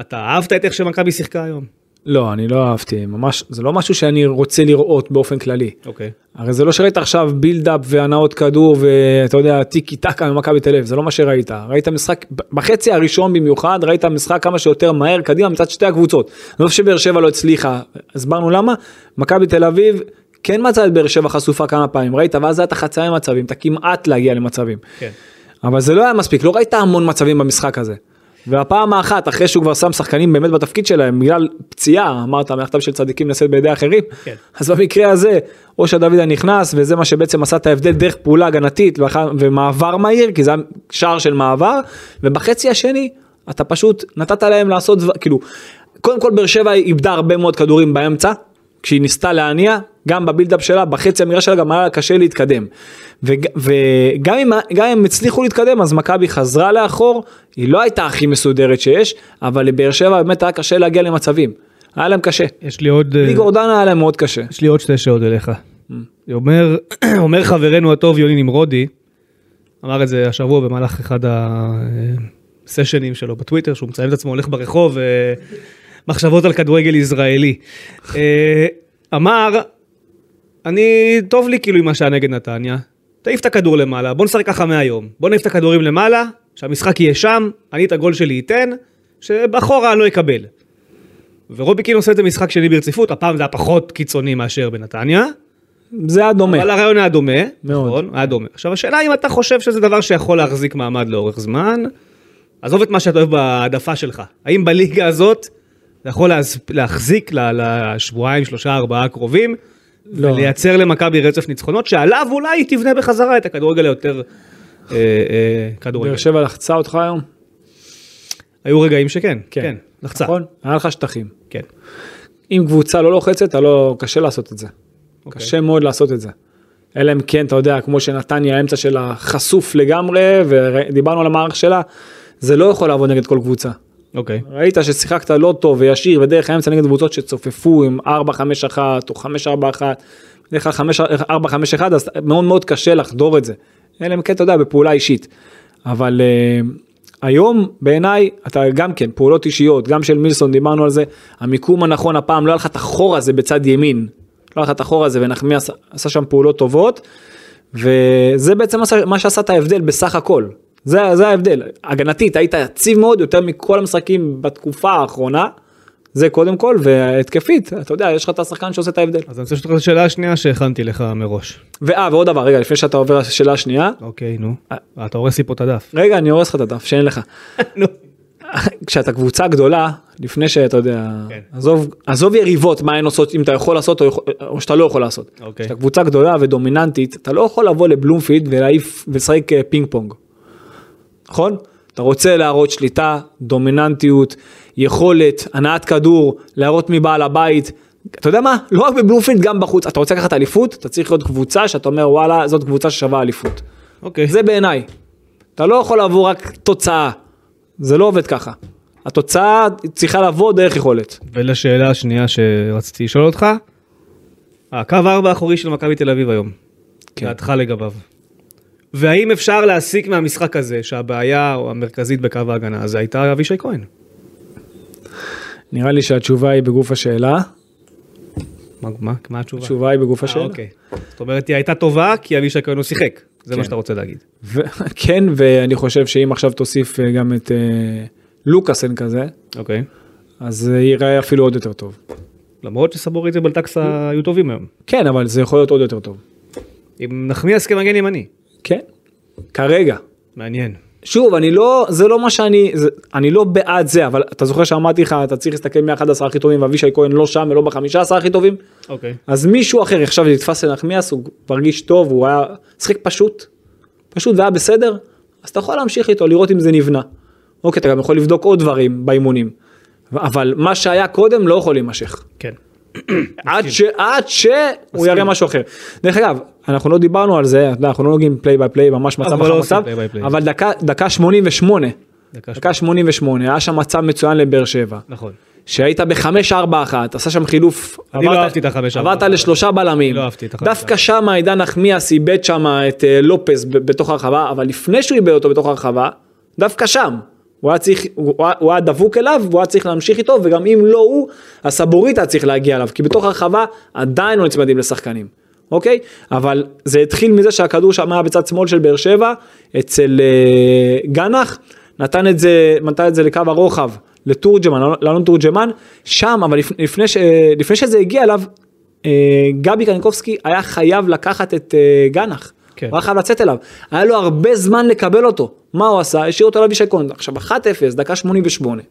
Speaker 2: אתה אהבת את איך שמכבי שיחקה היום.
Speaker 3: לא, אני לא אהבתי, ממש, זה לא משהו שאני רוצה לראות באופן כללי.
Speaker 2: אוקיי.
Speaker 3: הרי זה לא שראית עכשיו בילדאפ והנאות כדור ואתה יודע טיקי טקה ממכבי תל אביב זה לא מה שראית ראית משחק בחצי הראשון במיוחד ראית משחק כמה שיותר מהר קדימה מצד שתי הקבוצות. לא שבאר שבע לא הצליחה הסברנו למה מכבי תל אביב כן מצאה את באר שבע חשופה כמה פעמים ראית ואז היה את החצאי מצבים אתה כמעט להגיע למצבים.
Speaker 2: כן.
Speaker 3: אבל זה לא היה מספיק לא ראית המון מצבים במשחק הזה. והפעם האחת אחרי שהוא כבר שם שחקנים באמת בתפקיד שלהם בגלל פציעה אמרת מהכתב של צדיקים נעשית בידי אחרים
Speaker 2: כן.
Speaker 3: אז במקרה הזה אושה דוידה נכנס וזה מה שבעצם עשה את ההבדל דרך פעולה הגנתית ואחר, ומעבר מהיר כי זה היה שער של מעבר ובחצי השני אתה פשוט נתת להם לעשות דבר- כאילו קודם כל באר שבע איבדה הרבה מאוד כדורים באמצע כשהיא ניסתה להניע גם בבילדאפ שלה בחצי המגרש שלה גם היה לה קשה להתקדם וג- וגם אם, גם אם הצליחו להתקדם אז מכבי חזרה לאחור היא לא הייתה הכי מסודרת שיש אבל לבאר שבע באמת היה קשה להגיע למצבים היה להם קשה.
Speaker 2: יש לי עוד... אה,
Speaker 3: בלי גורדנה היה להם מאוד קשה.
Speaker 2: יש לי עוד שתי שאלות אליך. אומר, אומר חברנו הטוב יוני נמרודי, אמר את זה השבוע במהלך אחד הסשנים שלו בטוויטר, שהוא מציין את עצמו הולך ברחוב, אה, מחשבות על כדורגל ישראלי. אה, אמר, אני, טוב לי כאילו עם מה שהיה נגד נתניה, תעיף את הכדור למעלה, בוא נשחק ככה מהיום. בוא נעיף את הכדורים למעלה, שהמשחק יהיה שם, אני את הגול שלי אתן, שבאחורה אני לא אקבל. ורובי קין עושה את זה משחק שני ברציפות, הפעם זה היה פחות קיצוני מאשר בנתניה,
Speaker 3: זה היה דומה.
Speaker 2: אבל הרעיון היה דומה,
Speaker 3: מאוד.
Speaker 2: נכון, היה דומה. עכשיו השאלה אם אתה חושב שזה דבר שיכול להחזיק מעמד לאורך זמן, עזוב את מה שאתה אוהב בהעדפה שלך, האם בליגה הזאת אתה יכול להז- להחזיק ל- לשבועיים, שלושה, ארבעה הקרובים,
Speaker 3: לא.
Speaker 2: ולייצר למכבי רצף ניצחונות, שעליו אולי היא תבנה בחזרה את הכדורגל היותר אה, אה, כדורגל.
Speaker 3: באר שבע לחצה אותך היום?
Speaker 2: היו רגעים שכן, כן, לחצה,
Speaker 3: נכון? היה לך שטחים.
Speaker 2: כן.
Speaker 3: אם קבוצה לא לוחצת, אתה לא, קשה לעשות את זה.
Speaker 2: אוקיי.
Speaker 3: קשה מאוד לעשות את זה. אלא אם כן, אתה יודע, כמו שנתניה, האמצע שלה חשוף לגמרי, ודיברנו על המערך שלה, זה לא יכול לעבוד נגד כל קבוצה.
Speaker 2: אוקיי.
Speaker 3: ראית ששיחקת לא טוב וישיר בדרך האמצע נגד קבוצות שצופפו עם 4-5-1 או 5-4-1, בדרך כלל 5, 4-5-1 אז מאוד מאוד קשה לחדור את זה. אלא אם כן אתה יודע בפעולה אישית. אבל אה, היום בעיניי אתה גם כן פעולות אישיות גם של מילסון דיברנו על זה המיקום הנכון הפעם לא היה לך את החור הזה בצד ימין. לא היה לך את החור הזה ונחמיאס עשה שם פעולות טובות. וזה בעצם עשה- מה שעשה את ההבדל בסך הכל. זה, זה ההבדל. הגנתית, היית יציב מאוד יותר מכל המשחקים בתקופה האחרונה. זה קודם כל, והתקפית, אתה יודע, יש לך את השחקן שעושה את ההבדל.
Speaker 2: אז אני רוצה לשאול אותך את השאלה השנייה שהכנתי לך מראש.
Speaker 3: ואה, ועוד דבר, רגע, לפני שאתה עובר לשאלה השנייה,
Speaker 2: אוקיי, נו. אה, אתה הורס לי פה את הדף.
Speaker 3: רגע, אני הורס לך את הדף, שאין לך.
Speaker 2: נו.
Speaker 3: כשאתה קבוצה גדולה, לפני שאתה יודע,
Speaker 2: כן.
Speaker 3: עזוב, עזוב יריבות, מה הן עושות, אם אתה יכול לעשות או, יכול- או שאתה לא יכול לעשות.
Speaker 2: אוקיי.
Speaker 3: כשאתה קבוצה גדולה ודומיננטית, אתה לא יכול לבוא לבלומפילד ולהעיף ולשחק אה, פינג פונג. נכון? אתה רוצה להראות שליטה, דומיננטיות, יכולת, הנעת כדור, להראות מי בעל הבית. אתה יודע מה? לא רק בבלומפילד, גם בחוץ. אתה רוצה לקחת אליפות? אתה צריך להיות קבוצה שאתה אומר וואלה, זאת קבוצה ששווה אליפות.
Speaker 2: אוקיי.
Speaker 3: זה בעיניי. אתה לא יכול לעבור רק תוצאה. זה לא עובד ככה. התוצאה צריכה לבוא דרך יכולת.
Speaker 2: ולשאלה השנייה שרציתי לשאול אותך, הקו הארבע האחורי של מכבי תל אביב היום,
Speaker 3: כן.
Speaker 2: דעתך לגביו. והאם אפשר להסיק מהמשחק הזה שהבעיה או המרכזית בקו ההגנה הזה הייתה אבישי כהן?
Speaker 3: נראה לי שהתשובה היא בגוף השאלה.
Speaker 2: מה, מה, מה התשובה?
Speaker 3: התשובה היא בגוף
Speaker 2: אה,
Speaker 3: השאלה.
Speaker 2: אוקיי. זאת אומרת, היא הייתה טובה כי אבישי כהן לא שיחק. זה מה שאתה רוצה להגיד.
Speaker 3: ו- כן, ואני חושב שאם עכשיו תוסיף אה, גם את אה, לוקאסן כזה,
Speaker 2: אוקיי.
Speaker 3: אז זה ייראה אפילו עוד יותר טוב.
Speaker 2: למרות שסבורית ובלטקסה היו טובים היום.
Speaker 3: כן, אבל זה יכול להיות עוד יותר טוב.
Speaker 2: עם נחמיאס כמגן ימני.
Speaker 3: כן. כרגע.
Speaker 2: מעניין.
Speaker 3: שוב, אני לא, זה לא מה שאני, זה, אני לא בעד זה, אבל אתה זוכר שאמרתי לך, אתה צריך להסתכל מי 11 הכי טובים, ואבישי כהן לא שם ולא בחמישה עשר הכי טובים?
Speaker 2: אוקיי.
Speaker 3: אז מישהו אחר עכשיו נתפס לנחמיאס הוא מרגיש טוב הוא היה שחק פשוט פשוט והיה בסדר אז אתה יכול להמשיך איתו לראות אם זה נבנה. אוקיי אתה גם יכול לבדוק עוד דברים באימונים ו- אבל מה שהיה קודם לא יכול להימשך
Speaker 2: כן.
Speaker 3: עד ש... עד ש... הוא יראה משהו אחר. דרך אגב אנחנו לא דיברנו על זה אתה יודע, אנחנו לא נוגעים פליי ביי פליי ממש מצב
Speaker 2: אבל
Speaker 3: אחר
Speaker 2: לא
Speaker 3: מצב
Speaker 2: עושים play by play.
Speaker 3: אבל דקה דקה 88
Speaker 2: דקה
Speaker 3: דקה 88 היה שם מצב מצוין לבאר שבע.
Speaker 2: נכון.
Speaker 3: שהיית ב-5-4-1, עשה שם חילוף.
Speaker 2: אני לא
Speaker 3: עברת-
Speaker 2: אהבתי את ה-5-4-1.
Speaker 3: עברת לשלושה בלמים.
Speaker 2: לא אהבתי את ה-5-4-1.
Speaker 3: דווקא שם עידן נחמיאס איבד שם את אה, לופס ב- בתוך הרחבה, אבל לפני שהוא איבד אותו בתוך הרחבה, דווקא שם. הוא היה צריך, הוא היה- הוא היה דבוק אליו, והוא היה צריך להמשיך איתו, וגם אם לא הוא, הסבורית היה צריך להגיע אליו, כי בתוך הרחבה עדיין לא נצמדים לשחקנים. אוקיי? אבל זה התחיל מזה שהכדור שם היה בצד שמאל של באר שבע, אצל אה, גנח, נתן את זה, נתן את זה לקו הרוחב, לתורג'מן, לאלון תורג'מן, שם, אבל לפ- לפני, ש, אה, לפני שזה הגיע אליו, אה, גבי קניקובסקי היה חייב לקחת את אה, גנח.
Speaker 2: כן.
Speaker 3: הוא היה חייב לצאת אליו. היה לו הרבה זמן לקבל אותו. מה הוא עשה? השאיר אותו לאבישי כהן. עכשיו 1-0, דקה 88.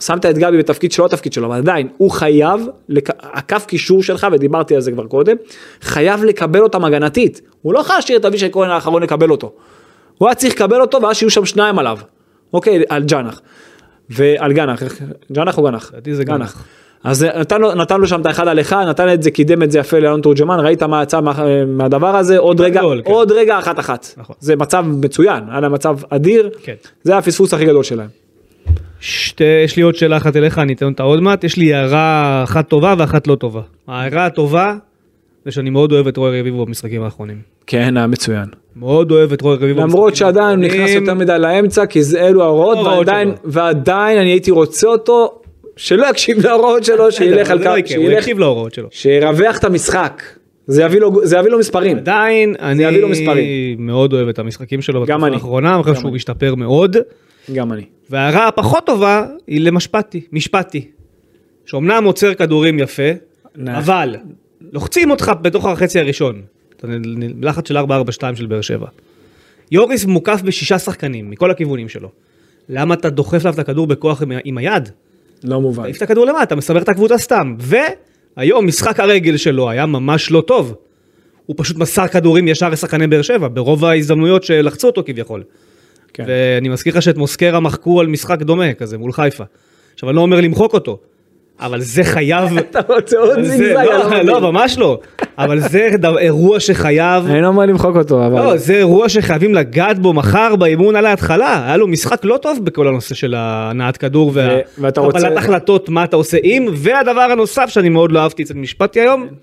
Speaker 3: שמת את גבי בתפקיד שלא התפקיד שלו, אבל עדיין, הוא חייב, לק... הקו קישור שלך, ודיברתי על זה כבר קודם, חייב לקבל אותם הגנתית. הוא לא יכול להשאיר את אבישי כהן האחרון לקבל אותו. הוא היה צריך לקבל אותו, ואז שיהיו שם שניים עליו. אוקיי, על ג'אנח. ועל גנח, איך- ג'אנח או גנח?
Speaker 2: לדעתי זה גנח.
Speaker 3: אז אה, נתן לו, נתן לו שם את האחד על אחד, נתן את זה, קידם את זה יפה לאלון תורג'מן, ראית מה יצא מה, אה, מהדבר הזה, עוד רגע,
Speaker 2: גול, כן.
Speaker 3: עוד רגע אחת אחת.
Speaker 2: נכון.
Speaker 3: זה מצב מצוין, היה להם מצב אדיר,
Speaker 2: כן.
Speaker 3: זה היה הפספוס הכי גדול שלהם.
Speaker 2: שתי, יש לי עוד שאלה אחת אליך, אני אתן אותה עוד מעט. יש לי הערה אחת טובה ואחת לא טובה. ההערה הטובה זה שאני מאוד אוהב את רועי רביבו במשחקים האחרונים.
Speaker 3: כן, היה מצוין.
Speaker 2: מאוד אוהב את רועי רביבו
Speaker 3: למרות שעדיין הוא נכנס יותר מדי לאמצע כי זה אלו ההוראות
Speaker 2: לא, ההוראות
Speaker 3: ועדיין
Speaker 2: שלו.
Speaker 3: ועדיין אני הייתי רוצה אותו שלא יקשיב להוראות
Speaker 2: לא,
Speaker 3: שלו שילך על
Speaker 2: קו,
Speaker 3: קו
Speaker 2: הוא
Speaker 3: שילך
Speaker 2: יקשיב להוראות שלו.
Speaker 3: שירווח את המשחק זה יביא לו זה יביא לו מספרים
Speaker 2: עדיין אני
Speaker 3: יביא לו מספרים.
Speaker 2: מאוד אוהב את המשחקים שלו בתקופה
Speaker 3: אני.
Speaker 2: האחרונה, אני חושב
Speaker 3: גם
Speaker 2: שהוא
Speaker 3: אני.
Speaker 2: השתפר מאוד.
Speaker 3: גם אני
Speaker 2: וההערה הפחות טובה היא למשפטי, משפטי. שאומנם עוצר כדורים יפה,
Speaker 3: נא.
Speaker 2: אבל לוחצים אותך בתוך החצי הראשון. אתה נ- נ- לחץ של 4-4-2 של באר שבע. יוריס מוקף בשישה שחקנים מכל הכיוונים שלו. למה אתה דוחף לו את הכדור בכוח עם, ה- עם היד?
Speaker 3: לא מובן
Speaker 2: תעיף את הכדור למטה, מסבר את הקבוצה סתם. והיום משחק הרגל שלו היה ממש לא טוב. הוא פשוט מסר כדורים ישר לשחקני באר שבע, ברוב ההזדמנויות שלחצו אותו כביכול.
Speaker 3: כן.
Speaker 2: ואני מזכיר לך שאת מוסקרה מחקו על משחק דומה כזה מול חיפה. עכשיו אני לא אומר למחוק אותו, אבל זה חייב...
Speaker 3: אתה רוצה עוד
Speaker 2: זה-
Speaker 3: זיגזג?
Speaker 2: לא,
Speaker 3: על המדים.
Speaker 2: לא, ממש לא. אבל זה דבר- אירוע שחייב...
Speaker 3: אני לא אומר למחוק אותו,
Speaker 2: לא,
Speaker 3: אבל...
Speaker 2: זה אירוע שחייבים לגעת בו מחר באימון על ההתחלה. היה לו משחק לא טוב בכל הנושא של הנעת כדור
Speaker 3: ו- ואתה רוצה-
Speaker 2: והקבלת החלטות מה אתה עושה אם. והדבר הנוסף שאני מאוד לא אהבתי אצל משפטי היום,
Speaker 3: כן.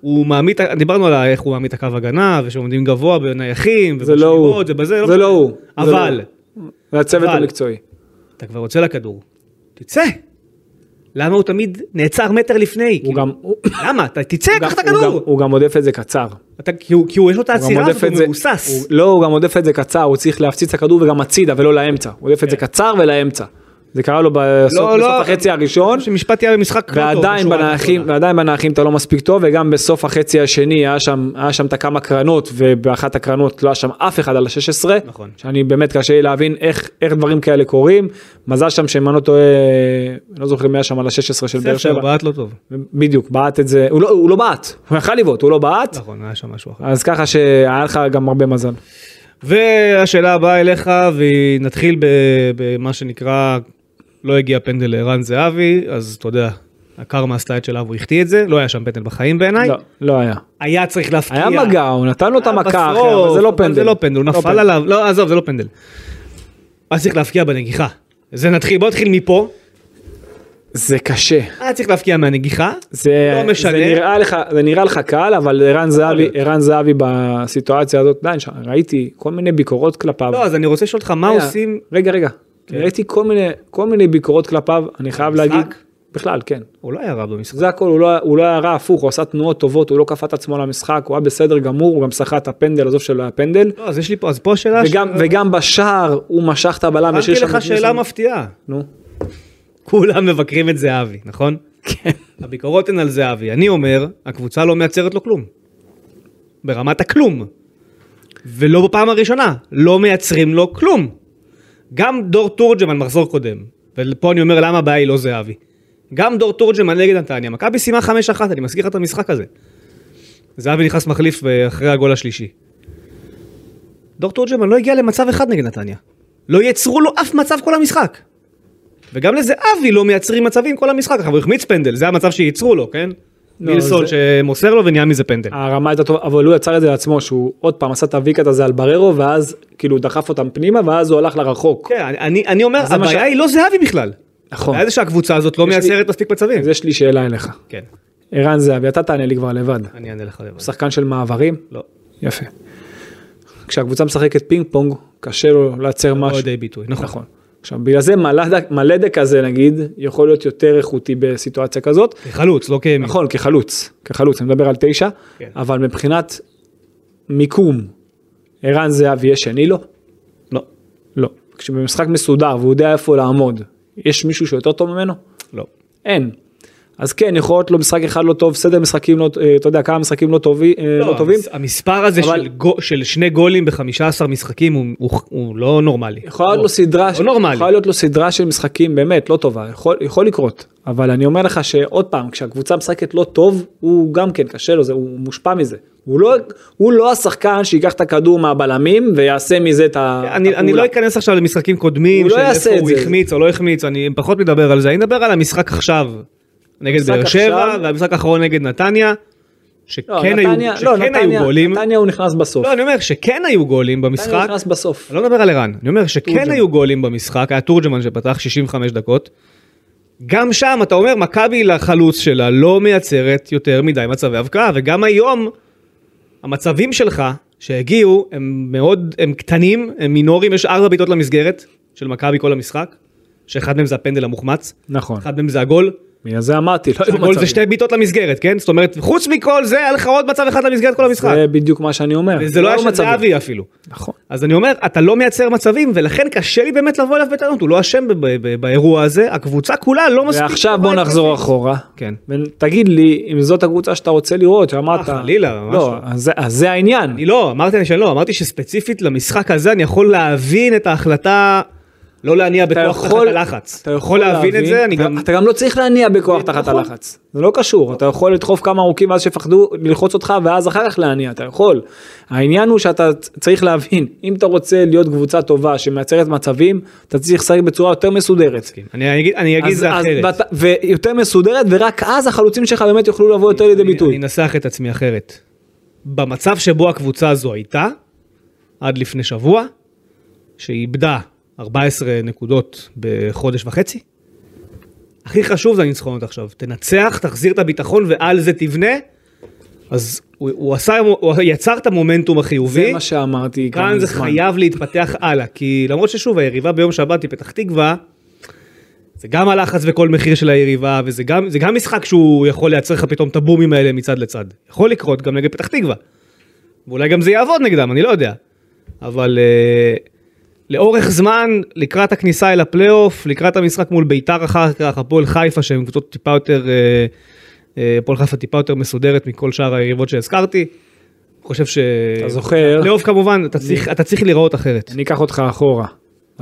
Speaker 2: הוא מעמיד, דיברנו על איך הוא מעמיד את הקו הגנה, ושעומדים גבוה בנייחים,
Speaker 3: זה לא הוא.
Speaker 2: ובשמירות ובזה,
Speaker 3: זה לא הוא. זה לא
Speaker 2: אבל,
Speaker 3: הוא. זה הצוות
Speaker 2: אבל.
Speaker 3: המקצועי.
Speaker 2: אתה כבר יוצא לכדור, תצא. למה הוא תמיד נעצר מטר לפני?
Speaker 3: הוא
Speaker 2: כאילו,
Speaker 3: גם... הוא-
Speaker 2: למה? אתה תצא,
Speaker 3: גם-
Speaker 2: אה, קח את
Speaker 3: הוא גם-
Speaker 2: הכדור.
Speaker 3: הוא גם עודף את זה קצר.
Speaker 2: אתה- כי הוא- כי הוא יש לו את
Speaker 3: הוא גם
Speaker 2: העצירה
Speaker 3: עודף את
Speaker 2: והוא
Speaker 3: זה-
Speaker 2: מבוסס.
Speaker 3: הוא- לא, הוא גם עודף את זה קצר, הוא צריך להפציץ את הכדור וגם הצידה ולא לאמצע. הוא עודף את זה קצר ולאמצע. זה קרה לו בסוף
Speaker 2: כן. לא, לא.
Speaker 3: בסוף החצי הראשון.
Speaker 2: שמשפט היה במשחק לא טוב
Speaker 3: ועדיין
Speaker 2: בשורה
Speaker 3: בנייחים,
Speaker 2: התחתונה.
Speaker 3: ועדיין בנייחים אתה לא מספיק טוב, וגם בסוף החצי השני היה שם, היה שם את הכמה קרנות, ובאחת הקרנות לא היה שם אף אחד על ה-16.
Speaker 2: נכון.
Speaker 3: שאני באמת קשה לי להבין איך, איך דברים כאלה קורים. מזל שם שאם אני לא טועה, לא זוכר מי היה שם על ה-16 של באר
Speaker 2: ספר
Speaker 3: שבע.
Speaker 2: בעט לא טוב.
Speaker 3: בדיוק, בעט את זה, הוא לא, הוא לא בעט, הוא יכל לבעוט, הוא לא בעט.
Speaker 2: נכון, היה שם משהו אחר.
Speaker 3: אז ככה שהיה לך גם הרבה מזל.
Speaker 2: והשאלה הבאה אליך, ונתחיל ב- במה שנקרא, לא הגיע פנדל לערן זהבי, אז אתה יודע, הקרמה עשתה את שלה והוא החטיא את זה, לא היה שם פנדל בחיים בעיניי.
Speaker 3: לא, לא היה.
Speaker 2: היה צריך להפקיע.
Speaker 3: היה מגע, הוא נתן לו את
Speaker 2: היה
Speaker 3: המכה,
Speaker 2: אה, בסוף,
Speaker 3: אחי, אבל זה לא
Speaker 2: אבל
Speaker 3: פנדל.
Speaker 2: זה לא פנדל, הוא
Speaker 3: לא
Speaker 2: נפל
Speaker 3: פנדל.
Speaker 2: עליו, לא, עזוב, זה לא פנדל. היה צריך להפקיע בנגיחה. זה נתחיל, בוא נתחיל מפה.
Speaker 3: זה קשה.
Speaker 2: היה צריך להפקיע מהנגיחה.
Speaker 3: זה,
Speaker 2: לא משנה.
Speaker 3: זה, נראה לך, זה נראה לך קל, אבל ערן זהבי, ערן זהבי בסיטואציה הזאת, די, ש- ראיתי כל מיני ביקורות כלפיו.
Speaker 2: לא, אז אני רוצה לשאול אותך, מה
Speaker 3: רגע,
Speaker 2: עושים כן.
Speaker 3: רגע, רגע. ראיתי כל מיני, כל מיני ביקורות כלפיו, אני חייב
Speaker 2: במשחק?
Speaker 3: להגיד. בכלל, כן.
Speaker 2: הוא לא היה רע במשחק.
Speaker 3: זה הכל, הוא לא, הוא לא היה רע, הפוך, הוא עשה תנועות טובות, הוא לא קפא את עצמו למשחק, הוא היה בסדר גמור, הוא גם סחט את הפנדל, עזוב שלא היה פנדל.
Speaker 2: לא, אז יש לי פה, אז פה השאלה...
Speaker 3: וגם, וגם בשער הוא משך את הבלם,
Speaker 2: אמרתי
Speaker 3: השאיר שם-
Speaker 2: לך שאלה
Speaker 3: שם-
Speaker 2: מפתיעה.
Speaker 3: נו.
Speaker 2: כולם מבקרים את זהבי, נכון? כן. הביקורות הן על זהבי. אני אומר, הקבוצה לא מייצרת לו כלום. ברמת הכלום. ולא בפעם הראשונה, לא מייצרים לו כלום. גם דור תורג'מן מחזור קודם, ופה אני אומר למה הבעיה היא לא זהבי. גם דור תורג'מן נגד נתניה, מכבי סיימה 5-1, אני מזכיר לך את המשחק הזה. זהבי נכנס מחליף אה, אחרי הגול השלישי. דור תורג'מן לא הגיע למצב אחד נגד נתניה. לא יצרו לו אף מצב כל המשחק. וגם לזהבי לא מייצרים מצבים כל המשחק, עכשיו הוא החמיץ פנדל, זה המצב שייצרו לו, כן?
Speaker 3: לא,
Speaker 2: נילסון
Speaker 3: זה-
Speaker 2: שמוסר לו ונהיה מזה פנדל.
Speaker 3: הרמה הייתה טובה, אבל הוא יצר את זה לעצמו, שהוא עוד פעם עשה את הוויקאט הזה על בררו, ואז כאילו דחף אותם פנימה, ואז הוא הלך לרחוק.
Speaker 2: כן, אני- אני, אני אומר,
Speaker 3: זה מה
Speaker 2: הבעיה
Speaker 3: ש-
Speaker 2: היא לא זהבי בכלל.
Speaker 3: נכון.
Speaker 2: הבעיה זה שהקבוצה הזאת לא
Speaker 3: יש לי-
Speaker 2: מייצרת מספיק מצבים.
Speaker 3: אז יש לי שאלה אליך.
Speaker 2: כן,
Speaker 3: ערן זהבי, אתה תענה לי כבר לבד.
Speaker 2: אני אענה לך לבד.
Speaker 3: הוא שחקן של מעברים?
Speaker 2: לא,
Speaker 3: יפה. כשהקבוצה משחקת פינג פונג, קשה לו לייצר
Speaker 2: לא
Speaker 3: משהו.
Speaker 2: לידי ביטוי, נכון.
Speaker 3: נכון. עכשיו, בגלל זה מלדה- מלדה כזה נגיד, יכול להיות יותר איכותי בסיטואציה כזאת.
Speaker 2: כחלוץ, לא כימין.
Speaker 3: נכון, כחלוץ, כחלוץ, אני מדבר על תשע,
Speaker 2: כן.
Speaker 3: אבל מבחינת מיקום, ערן זהבי יהיה שני לו?
Speaker 2: לא,
Speaker 3: לא. כשבמשחק מסודר והוא יודע איפה לעמוד, יש מישהו שיותר טוב ממנו?
Speaker 2: לא.
Speaker 3: אין. אז כן, יכול להיות לו משחק אחד לא טוב, סדר משחקים לא, אה, אתה יודע, כמה משחקים לא, טובי, אה, לא, טובים,
Speaker 2: המס- המספר הזה
Speaker 3: אבל-
Speaker 2: של גו- של שני גולים ב-15 משחקים הוא- הוא- הוא לא נורמלי.
Speaker 3: יכולה להיות לו סדרה,
Speaker 2: לא נורמלי.
Speaker 3: יכולה להיות לו סדרה של משחקים באמת לא טובה, יכול, יכול לקרות, אבל אני אומר לך שעוד פעם, כשהקבוצה משחקת לא טוב, הוא גם כן קשה לו, זה, הוא מושפע מזה. הוא לא, הוא לא השחקן שייקח את הכדור מהבלמים ויעשה מזה את ה- את
Speaker 2: אני, אני לא
Speaker 3: הפעולה.
Speaker 2: אכנס עכשיו למשחקים קודמים,
Speaker 3: הוא לא
Speaker 2: של
Speaker 3: יעשה
Speaker 2: איפה
Speaker 3: את
Speaker 2: הוא
Speaker 3: זה.
Speaker 2: החמיץ או לא החמיץ, אני פחות מדבר על זה, אני מדבר על המשחק עכשיו נגד
Speaker 3: המשחק
Speaker 2: באר שבע,
Speaker 3: עכשיו-
Speaker 2: והמשחק האחרון נגד נתניה, שכן,
Speaker 3: לא,
Speaker 2: כן היו,
Speaker 3: נתניה-
Speaker 2: שכן
Speaker 3: לא,
Speaker 2: היו
Speaker 3: נתניה-
Speaker 2: גולים,
Speaker 3: נתניה הוא נכנס בסוף.
Speaker 2: לא אני אומר שכן היו גולים
Speaker 3: נתניה הוא
Speaker 2: במשחק,
Speaker 3: נכנס בסוף.
Speaker 2: אני לא מדבר על ערן, אני אומר שכן
Speaker 3: תורג'מן.
Speaker 2: היו גולים במשחק, היה תורג'מן שפתח 65 דקות, גם שם אתה אומר מכבי לחלוץ שלה לא מייצרת יותר מדי מצבי הבקעה, וגם היום המצבים שלך שהגיעו הם מאוד, הם קטנים, הם מינורים, יש ארבע בעיטות למסגרת של מכבי כל המשחק, שאחד מהם זה הפנדל המוחמץ,
Speaker 3: נכון.
Speaker 2: אחד מהם זה הגול,
Speaker 3: בגלל זה אמרתי, לא היו
Speaker 2: הגול זה
Speaker 3: מצבים.
Speaker 2: שתי בעיטות למסגרת, כן? זאת אומרת, חוץ מכל זה היה לך עוד מצב אחד למסגרת כל המשחק,
Speaker 3: זה בדיוק מה שאני אומר.
Speaker 2: וזה לא היה
Speaker 3: היו
Speaker 2: של
Speaker 3: מצבים.
Speaker 2: זהבי אפילו.
Speaker 3: נכון.
Speaker 2: אז אני אומר, אתה לא מייצר מצבים, ולכן קשה לי באמת לבוא אליו בטענות, הוא לא אשם ב- ב- ב- באירוע הזה, הקבוצה כולה לא מספיק...
Speaker 3: ועכשיו
Speaker 2: טובה
Speaker 3: בוא נחזור
Speaker 2: התקפית.
Speaker 3: אחורה.
Speaker 2: כן.
Speaker 3: ותגיד לי אם זאת הקבוצה שאתה רוצה לראות, שאמרת...
Speaker 2: אה, חלילה, ממש
Speaker 3: לא,
Speaker 2: לא.
Speaker 3: אז זה- אז זה העניין.
Speaker 2: אני לא, אמרתי שאני לא, אמרתי שספציפית למשחק הזה אני יכול להבין את ההחלטה לא להניע
Speaker 3: אתה
Speaker 2: בכוח תחת
Speaker 3: יכול-
Speaker 2: הלחץ.
Speaker 3: אתה יכול
Speaker 2: להבין את זה, אני
Speaker 3: אתה-
Speaker 2: גם...
Speaker 3: אתה גם לא צריך להניע בכוח
Speaker 2: נכון.
Speaker 3: תחת הלחץ. זה לא קשור, אתה יכול לדחוף כמה ארוכים ואז שיפחדו ללחוץ אותך ואז אחר כך להניע, אתה יכול. העניין הוא שאתה צ- צריך להבין, אם אתה רוצה להיות קבוצה טובה שמייצרת מצבים, אתה צריך לשחק בצורה יותר מסודרת.
Speaker 2: אני אגיד- אני אגיד
Speaker 3: אז-
Speaker 2: זה
Speaker 3: אז
Speaker 2: אחרת.
Speaker 3: ואתה- ויותר מסודרת ורק אז החלוצים שלך באמת יוכלו לבוא יותר לידי
Speaker 2: אני-
Speaker 3: ביטוי.
Speaker 2: אני אנסח את עצמי אחרת. במצב שבו הקבוצה הזו הייתה, עד לפני שבוע, שאיבדה 14 נקודות בחודש וחצי, הכי חשוב זה הניצחונות עכשיו. תנצח, תחזיר את הביטחון ועל זה תבנה. אז הוא, הוא, עשה, הוא יצר את המומנטום החיובי.
Speaker 3: זה מה שאמרתי
Speaker 2: כאן
Speaker 3: כמה
Speaker 2: זה
Speaker 3: זמן.
Speaker 2: חייב להתפתח הלאה, כי למרות ששוב היריבה ביום שבת היא פתח תקווה, זה גם הלחץ וכל מחיר של היריבה, וזה גם, זה גם משחק שהוא יכול לייצר לך פתאום את הבומים האלה מצד לצד. יכול לקרות גם נגד פתח תקווה. ואולי גם זה יעבוד נגדם, אני לא יודע. אבל אה, לאורך זמן, לקראת הכניסה אל הפלייאוף, לקראת המשחק מול ביתר אחר כך, הפועל חיפה, שהן קבוצות טיפה יותר, אה, אה, הפועל חיפה טיפה יותר מסודרת מכל שאר היריבות שהזכרתי. אני חושב ש...
Speaker 3: אתה זוכר?
Speaker 2: פלייאוף כמובן, אתה צריך, אתה צריך להיראות אחרת.
Speaker 3: אני אקח אותך אחורה.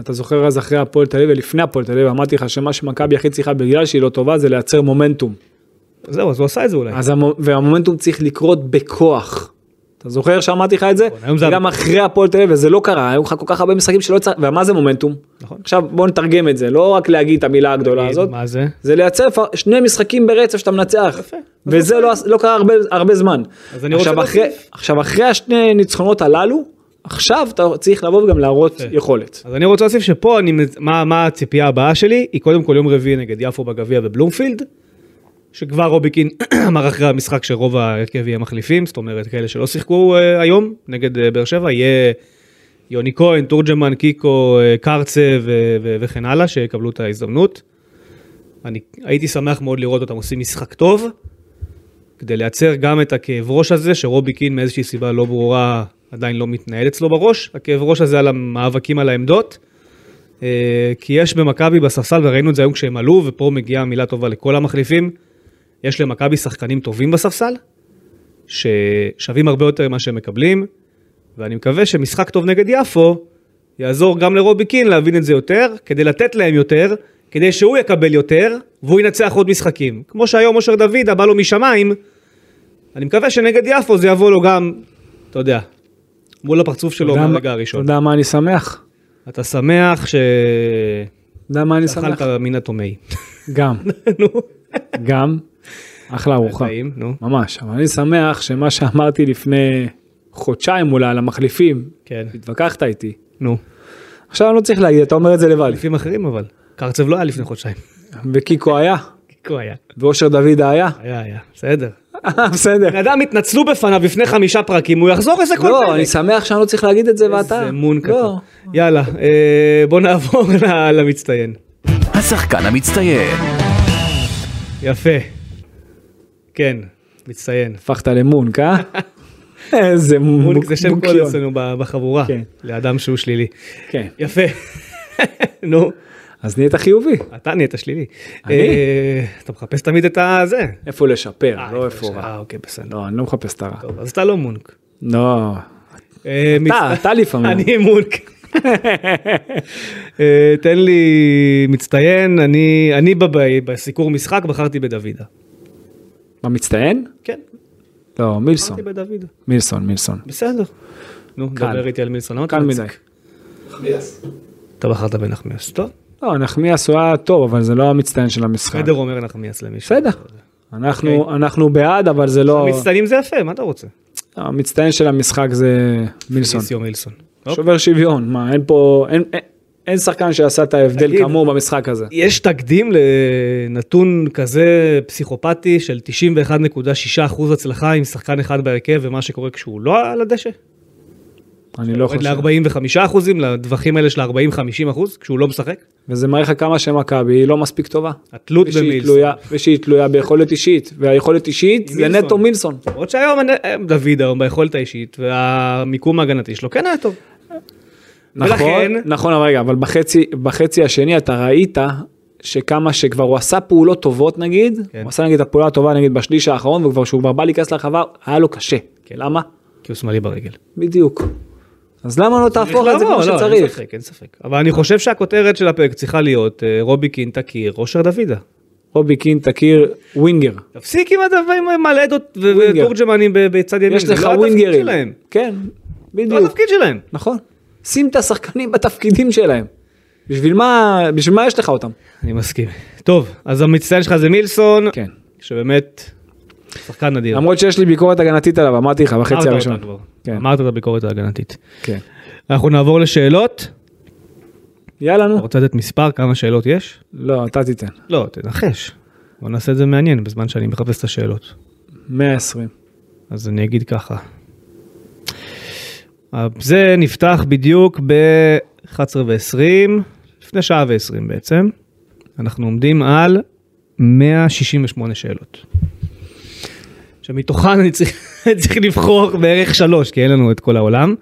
Speaker 3: אתה זוכר אז אחרי הפועל תל אביב ולפני הפועל תל אביב אמרתי לך שמה שמכבי הכי צריכה בגלל שהיא לא טובה זה לייצר מומנטום.
Speaker 2: זהו, אז הוא עשה את זה אולי.
Speaker 3: אז המו- והמומנטום צריך לקרות בכוח. אתה זוכר שאמרתי לך את זה?
Speaker 2: נכון, היום זה-
Speaker 3: גם אחרי הפועל תל אביב וזה לא קרה, היו לך כל כך הרבה משחקים שלא צריך, ומה זה מומנטום?
Speaker 2: נכון.
Speaker 3: עכשיו בוא נתרגם את זה, לא רק להגיד את המילה הגדולה הזאת,
Speaker 2: מה זה?
Speaker 3: זה לייצר פ- שני משחקים ברצף שאתה מנצח.
Speaker 2: יפה. אוקיי.
Speaker 3: וזה לא, לא קרה הרבה, הרבה זמן.
Speaker 2: אז אני רוצה
Speaker 3: עכשיו אחרי,
Speaker 2: להוסיף.
Speaker 3: עכשיו אחרי השני ניצחונות הללו, עכשיו אתה צריך לבוא וגם להראות
Speaker 2: יפה.
Speaker 3: יכולת.
Speaker 2: אז אני רוצה להוסיף שפה, אני, מז- מה, מה הציפייה הבאה שלי? היא קודם כל יום רביעי נגד יפו בגביע בבלומפילד, שכבר רוביקין אמר אחרי המשחק שרוב ההרכב יהיה מחליפים, זאת אומרת כאלה שלא שיחקו אה, היום נגד אה, באר שבע, יהיה יוני כהן, תורג'מן, קיקו, אה, קרצה ו- ו- וכן הלאה, שיקבלו את ההזדמנות. אני הייתי שמח מאוד לראות אותם עושים משחק טוב, כדי לייצר גם את הכאב ראש הזה, שרובי קין מאיזושהי סיבה לא ברורה עדיין לא מתנהל אצלו בראש, הכאב ראש הזה על המאבקים על העמדות. אה, כי יש במכבי בספסל, וראינו את זה היום כשהם עלו, ופה מגיעה מילה טובה לכל המחליפים, יש למכבי שחקנים טובים בספסל, ששווים הרבה יותר ממה שהם מקבלים, ואני מקווה שמשחק טוב נגד יפו יעזור גם לרובי קין להבין את זה יותר, כדי לתת להם יותר, כדי שהוא יקבל יותר, והוא ינצח עוד משחקים. כמו שהיום אושר דוידה בא לו משמיים, אני מקווה שנגד יפו זה יבוא לו גם, אתה יודע, מול הפרצוף שלו
Speaker 3: אתה יודע
Speaker 2: מהרגע
Speaker 3: מה-
Speaker 2: הראשון.
Speaker 3: אתה יודע מה אני שמח?
Speaker 2: אתה שמח ש...
Speaker 3: אתה יודע מה אני שמח?
Speaker 2: אכלת מן הטומאי.
Speaker 3: גם,
Speaker 2: נו,
Speaker 3: גם, אחלה ארוחה.
Speaker 2: טעים, נו.
Speaker 3: ממש, אבל אני שמח שמה שאמרתי לפני חודשיים אולי על המחליפים,
Speaker 2: כן.
Speaker 3: התווכחת איתי.
Speaker 2: נו.
Speaker 3: עכשיו אני לא צריך להגיד, אתה אומר את זה לבד.
Speaker 2: אלפים אחרים אבל. קרצב לא היה לפני חודשיים.
Speaker 3: וקיקו היה,
Speaker 2: קיקו היה.
Speaker 3: ואושר דוד היה.
Speaker 2: היה, היה. בסדר.
Speaker 3: בסדר.
Speaker 2: בן אדם התנצלו בפניו לפני חמישה פרקים, הוא יחזור איזה כל פרק.
Speaker 3: לא, אני שמח שאני לא צריך להגיד את זה ואתה.
Speaker 2: איזה מון קטן.
Speaker 3: לא.
Speaker 2: יאללה, אה, בוא נעבור ל- למצטיין.
Speaker 1: השחקן המצטיין.
Speaker 2: יפה. כן, מצטיין.
Speaker 3: הפכת למונק, אה? איזה מונק.
Speaker 2: מונק זה שם קוד
Speaker 3: מונקיון.
Speaker 2: אצלנו ב- בחבורה.
Speaker 3: כן.
Speaker 2: לאדם שהוא שלילי.
Speaker 3: כן.
Speaker 2: יפה. נו,
Speaker 3: אז נהיית חיובי.
Speaker 2: אתה נהיית שלילי.
Speaker 3: אני?
Speaker 2: אה, אתה מחפש תמיד את הזה.
Speaker 3: איפה לשפר,
Speaker 2: אה,
Speaker 3: לא איפה רע.
Speaker 2: אה, אוקיי, בסדר.
Speaker 3: לא, אני לא מחפש את הרע.
Speaker 2: טוב, אז אתה לא מונק.
Speaker 3: לא.
Speaker 2: אה,
Speaker 3: אתה,
Speaker 2: מצט-
Speaker 3: אתה לפעמים.
Speaker 2: אני מונק. אה, תן לי מצטיין, אני, אני בב- בסיקור משחק בחרתי בדוידה.
Speaker 3: מה, מצטיין?
Speaker 2: כן,
Speaker 3: לא, מילסון.
Speaker 2: בחרתי בדוידה.
Speaker 3: מילסון, מילסון.
Speaker 2: בסדר. נו,
Speaker 3: קל.
Speaker 2: דבר איתי על מילסון. למה אתה
Speaker 3: קל
Speaker 2: מציק?
Speaker 3: מדי.
Speaker 2: אתה בחרת בנחמיאס. טוב,
Speaker 3: לא, נחמיאס הוא היה טוב, אבל זה לא המצטיין של המשחק.
Speaker 2: חדר אומר נחמיאס למישהו.
Speaker 3: בסדר.
Speaker 2: אוקיי.
Speaker 3: אנחנו, אנחנו בעד, אבל זה לא...
Speaker 2: מצטיינים זה יפה, מה אתה רוצה?
Speaker 3: המצטיין של המשחק זה מילסון.
Speaker 2: ניסיו מילסון. אוקיי.
Speaker 3: שובר שוויון, מה, אין פה... אין- אין- אין שחקן שעשה את ההבדל
Speaker 2: תגיד.
Speaker 3: כאמור במשחק הזה.
Speaker 2: יש תקדים לנתון כזה פסיכופתי של 91.6% הצלחה עם שחקן אחד בהרכב ומה שקורה כשהוא לא על הדשא?
Speaker 3: אני לא
Speaker 2: יורד
Speaker 3: חושב.
Speaker 2: ל-45 אחוזים, לטווחים האלה של 40-50 אחוז, כשהוא לא משחק.
Speaker 3: וזה מראה לך כמה שמכבי היא לא מספיק טובה.
Speaker 2: התלות
Speaker 3: ושהיא
Speaker 2: במילסון.
Speaker 3: תלויה- ושהיא תלויה ביכולת אישית, והיכולת אישית
Speaker 2: עם
Speaker 3: זה
Speaker 2: מילסון.
Speaker 3: נטו מילסון.
Speaker 2: למרות שהיום הנ- דוד היום ביכולת האישית, והמיקום ההגנתי שלו כן היה טוב. ולכן-
Speaker 3: נכון, נכון, אבל רגע, אבל בחצי, בחצי השני אתה ראית שכמה שכבר הוא עשה פעולות טובות נגיד,
Speaker 2: כן.
Speaker 3: הוא עשה נגיד את הפעולה הטובה נגיד בשליש האחרון, וכבר שהוא כבר בא להיכנס לרחבה, היה לו קשה.
Speaker 2: כן.
Speaker 3: למה?
Speaker 2: כי הוא שמאלי ברגל.
Speaker 3: בדיוק. אז למה לא תהפוך את זה
Speaker 2: לא,
Speaker 3: כמו
Speaker 2: לא, אין
Speaker 3: שצריך?
Speaker 2: ספק, אין ספק. אבל אני חושב שהכותרת של הפרק צריכה להיות אה, רובי קין תכיר, אושר דוידה.
Speaker 3: רובי קין תקיר ווינגר.
Speaker 2: תפסיק עם הדבר- עם המלדות ו-
Speaker 3: ווינגר.
Speaker 2: ותורג'מנים ב- בצד ימין.
Speaker 3: יש
Speaker 2: זה
Speaker 3: לך
Speaker 2: לא התפקיד
Speaker 3: ווינגרים.
Speaker 2: שלהם.
Speaker 3: כן,
Speaker 2: זה
Speaker 3: בדיוק.
Speaker 2: לא התפקיד שלהם.
Speaker 3: נכון. שים את השחקנים בתפקידים שלהם. בשביל מה, בשביל מה יש לך אותם?
Speaker 2: אני מסכים. טוב, אז המצטיין שלך זה מילסון,
Speaker 3: כן.
Speaker 2: שבאמת שחקן נדיר.
Speaker 3: למרות שיש לי ביקורת הגנתית עליו, אמרתי לך בחצי
Speaker 2: אמרת
Speaker 3: הראשון.
Speaker 2: אותה כבר.
Speaker 3: כן,
Speaker 2: אמרת את הביקורת ההגנתית.
Speaker 3: כן.
Speaker 2: אנחנו נעבור לשאלות.
Speaker 3: יאללה נו.
Speaker 2: אתה רוצה לתת מספר כמה שאלות יש?
Speaker 3: לא, אתה תיתן.
Speaker 2: לא, תנחש. בוא נעשה את זה מעניין בזמן שאני מחפש את השאלות.
Speaker 3: 120.
Speaker 2: אז אני אגיד ככה. זה נפתח בדיוק ב-11 ו-20, לפני שעה ו-20 בעצם. אנחנו עומדים על 168 שאלות. שמתוכן אני צריך, צריך לבחור בערך שלוש, כי אין לנו את כל העולם.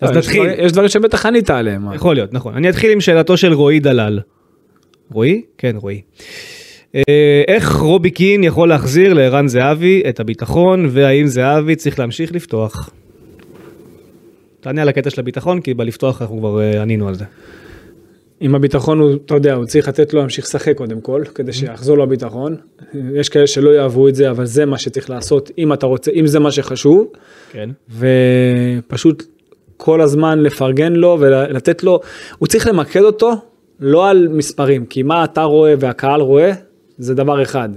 Speaker 2: אז
Speaker 3: לא, יש
Speaker 2: נתחיל.
Speaker 3: דברים- יש דברים שבטח ענית עליהם. מה?
Speaker 2: יכול להיות, נכון. אני אתחיל עם שאלתו של רועי דלל. רועי? כן, רועי. אה, איך רובי קין יכול להחזיר לערן זהבי את הביטחון, והאם זהבי צריך להמשיך לפתוח? תענה על הקטע של הביטחון, כי בלפתוח אנחנו כבר אה, ענינו על זה.
Speaker 3: עם הביטחון הוא, אתה יודע, הוא צריך לתת לו להמשיך לשחק קודם כל,
Speaker 2: Mm-hmm.
Speaker 3: כדי שיחזור לו הביטחון. יש כאלה שלא יאהבו את זה, אבל זה מה שצריך לעשות, אם אתה רוצה, אם זה מה שחשוב.
Speaker 2: כן.
Speaker 3: ופשוט כל הזמן לפרגן לו ולתת לו, הוא צריך למקד אותו לא על מספרים, כי מה אתה רואה והקהל רואה זה דבר אחד,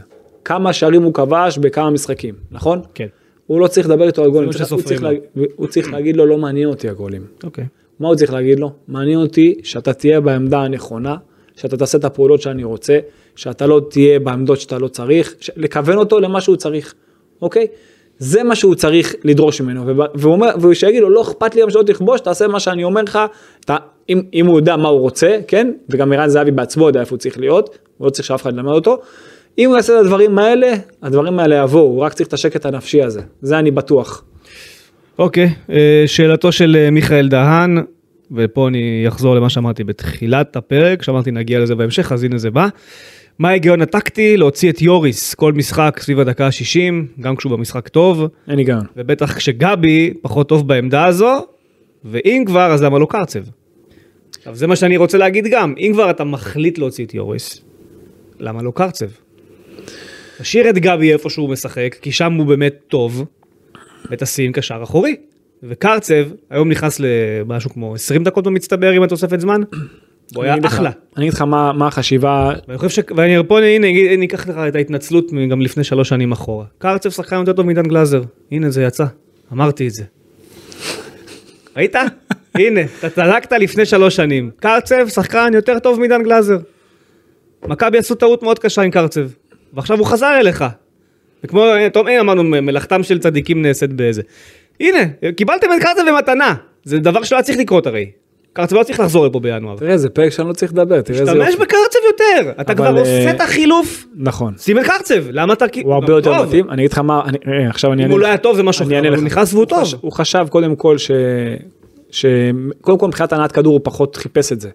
Speaker 3: כמה שערים הוא כבש בכמה משחקים, נכון?
Speaker 2: כן.
Speaker 3: הוא לא צריך לדבר איתו על גולים,
Speaker 2: מה
Speaker 3: צריך- הוא
Speaker 2: שסופרים
Speaker 3: צריך
Speaker 2: לו.
Speaker 3: לה- הוא צריך להגיד לו לא מעניין אותי הגולים.
Speaker 2: אוקיי.
Speaker 3: מה הוא צריך להגיד לו? מעניין אותי שאתה תהיה בעמדה הנכונה, שאתה תעשה את הפעולות שאני רוצה, שאתה לא תהיה בעמדות שאתה לא צריך, ש... לכוון אותו למה שהוא צריך, אוקיי? זה מה שהוא צריך לדרוש ממנו, וב- והוא אומר, והוא שיגיד לו לא אכפת לי גם שלא תכבוש, תעשה מה שאני אומר לך, אתה, אם, אם הוא יודע מה הוא רוצה, כן? וגם ערן זהבי בעצמו יודע איפה הוא צריך להיות, הוא לא צריך שאף אחד ילמד אותו. אם הוא יעשה את הדברים האלה, הדברים האלה יבואו, הוא רק צריך את השקט הנפשי הזה, זה אני בטוח.
Speaker 2: אוקיי, אה, שאלתו של אה, מיכאל דהן, ופה אני אחזור למה שאמרתי בתחילת הפרק, שאמרתי נגיע לזה בהמשך, אז הנה זה בא. מה ההיגיון הטקטי להוציא את יוריס כל משחק סביב הדקה ה-60, גם כשהוא במשחק טוב,
Speaker 3: אין היגיון.
Speaker 2: ובטח כשגבי פחות טוב בעמדה הזו, ואם כבר, אז למה לא קרצב? עכשיו, זה מה שאני רוצה להגיד גם, אם כבר אתה מחליט להוציא את יוריס, למה לא קרצב? תשאיר את גבי איפה שהוא משחק, כי שם הוא באמת טוב, ותשים קשר אחורי. וקרצב, היום נכנס למשהו כמו 20 דקות במצטבר עם התוספת זמן, והוא היה
Speaker 3: אני אגיד לך-
Speaker 2: אחלה.
Speaker 3: אני אגיד לך מה, מה החשיבה
Speaker 2: ואני חושב ש... ואני פה, הנה, הנה, ניקח לך את ההתנצלות מ- גם לפני שלוש שנים אחורה. קרצב שחקן יותר טוב מעידן גלאזר. הנה, זה יצא. אמרתי את זה. ראית? הנה, אתה צדקת לפני שלוש שנים. קרצב שחקן יותר טוב מעידן גלאזר. מכבי עשו טעות מאוד קשה עם קרצב. ועכשיו הוא חזר אליך. וכמו, אה, טוב, אין, אמרנו, מ- מלאכתם של צדיקים נעשית באיזה. הנה, קיבלתם את קרצב במתנה. זה דבר שלא היה צריך לקרות הרי. קרצב לא צריך לחזור לפה בינואר.
Speaker 3: תראה, זה פרק שאני לא צריך לדבר, תראה איזה
Speaker 2: תשתמש
Speaker 3: יופי.
Speaker 2: בקרצב יותר, אתה
Speaker 3: אבל,
Speaker 2: כבר עושה
Speaker 3: אה,
Speaker 2: את החילוף,
Speaker 3: נכון.
Speaker 2: שים את קרצב, למה אתה כאילו...
Speaker 3: הוא הרבה
Speaker 2: גם
Speaker 3: יותר
Speaker 2: טוב.
Speaker 3: מתאים, אני אגיד לך מה, אני- אה, עכשיו אני
Speaker 2: אם
Speaker 3: אענה
Speaker 2: הוא
Speaker 3: לך.
Speaker 2: לא היה טוב זה משהו
Speaker 3: אני
Speaker 2: אחר,
Speaker 3: אענה
Speaker 2: אבל הוא
Speaker 3: לך.
Speaker 2: נכנס והוא טוב.
Speaker 3: חש- הוא חשב קודם כל ש... ש... קודם כל מבחינת הנעת כדור הוא פחות חיפש את זה.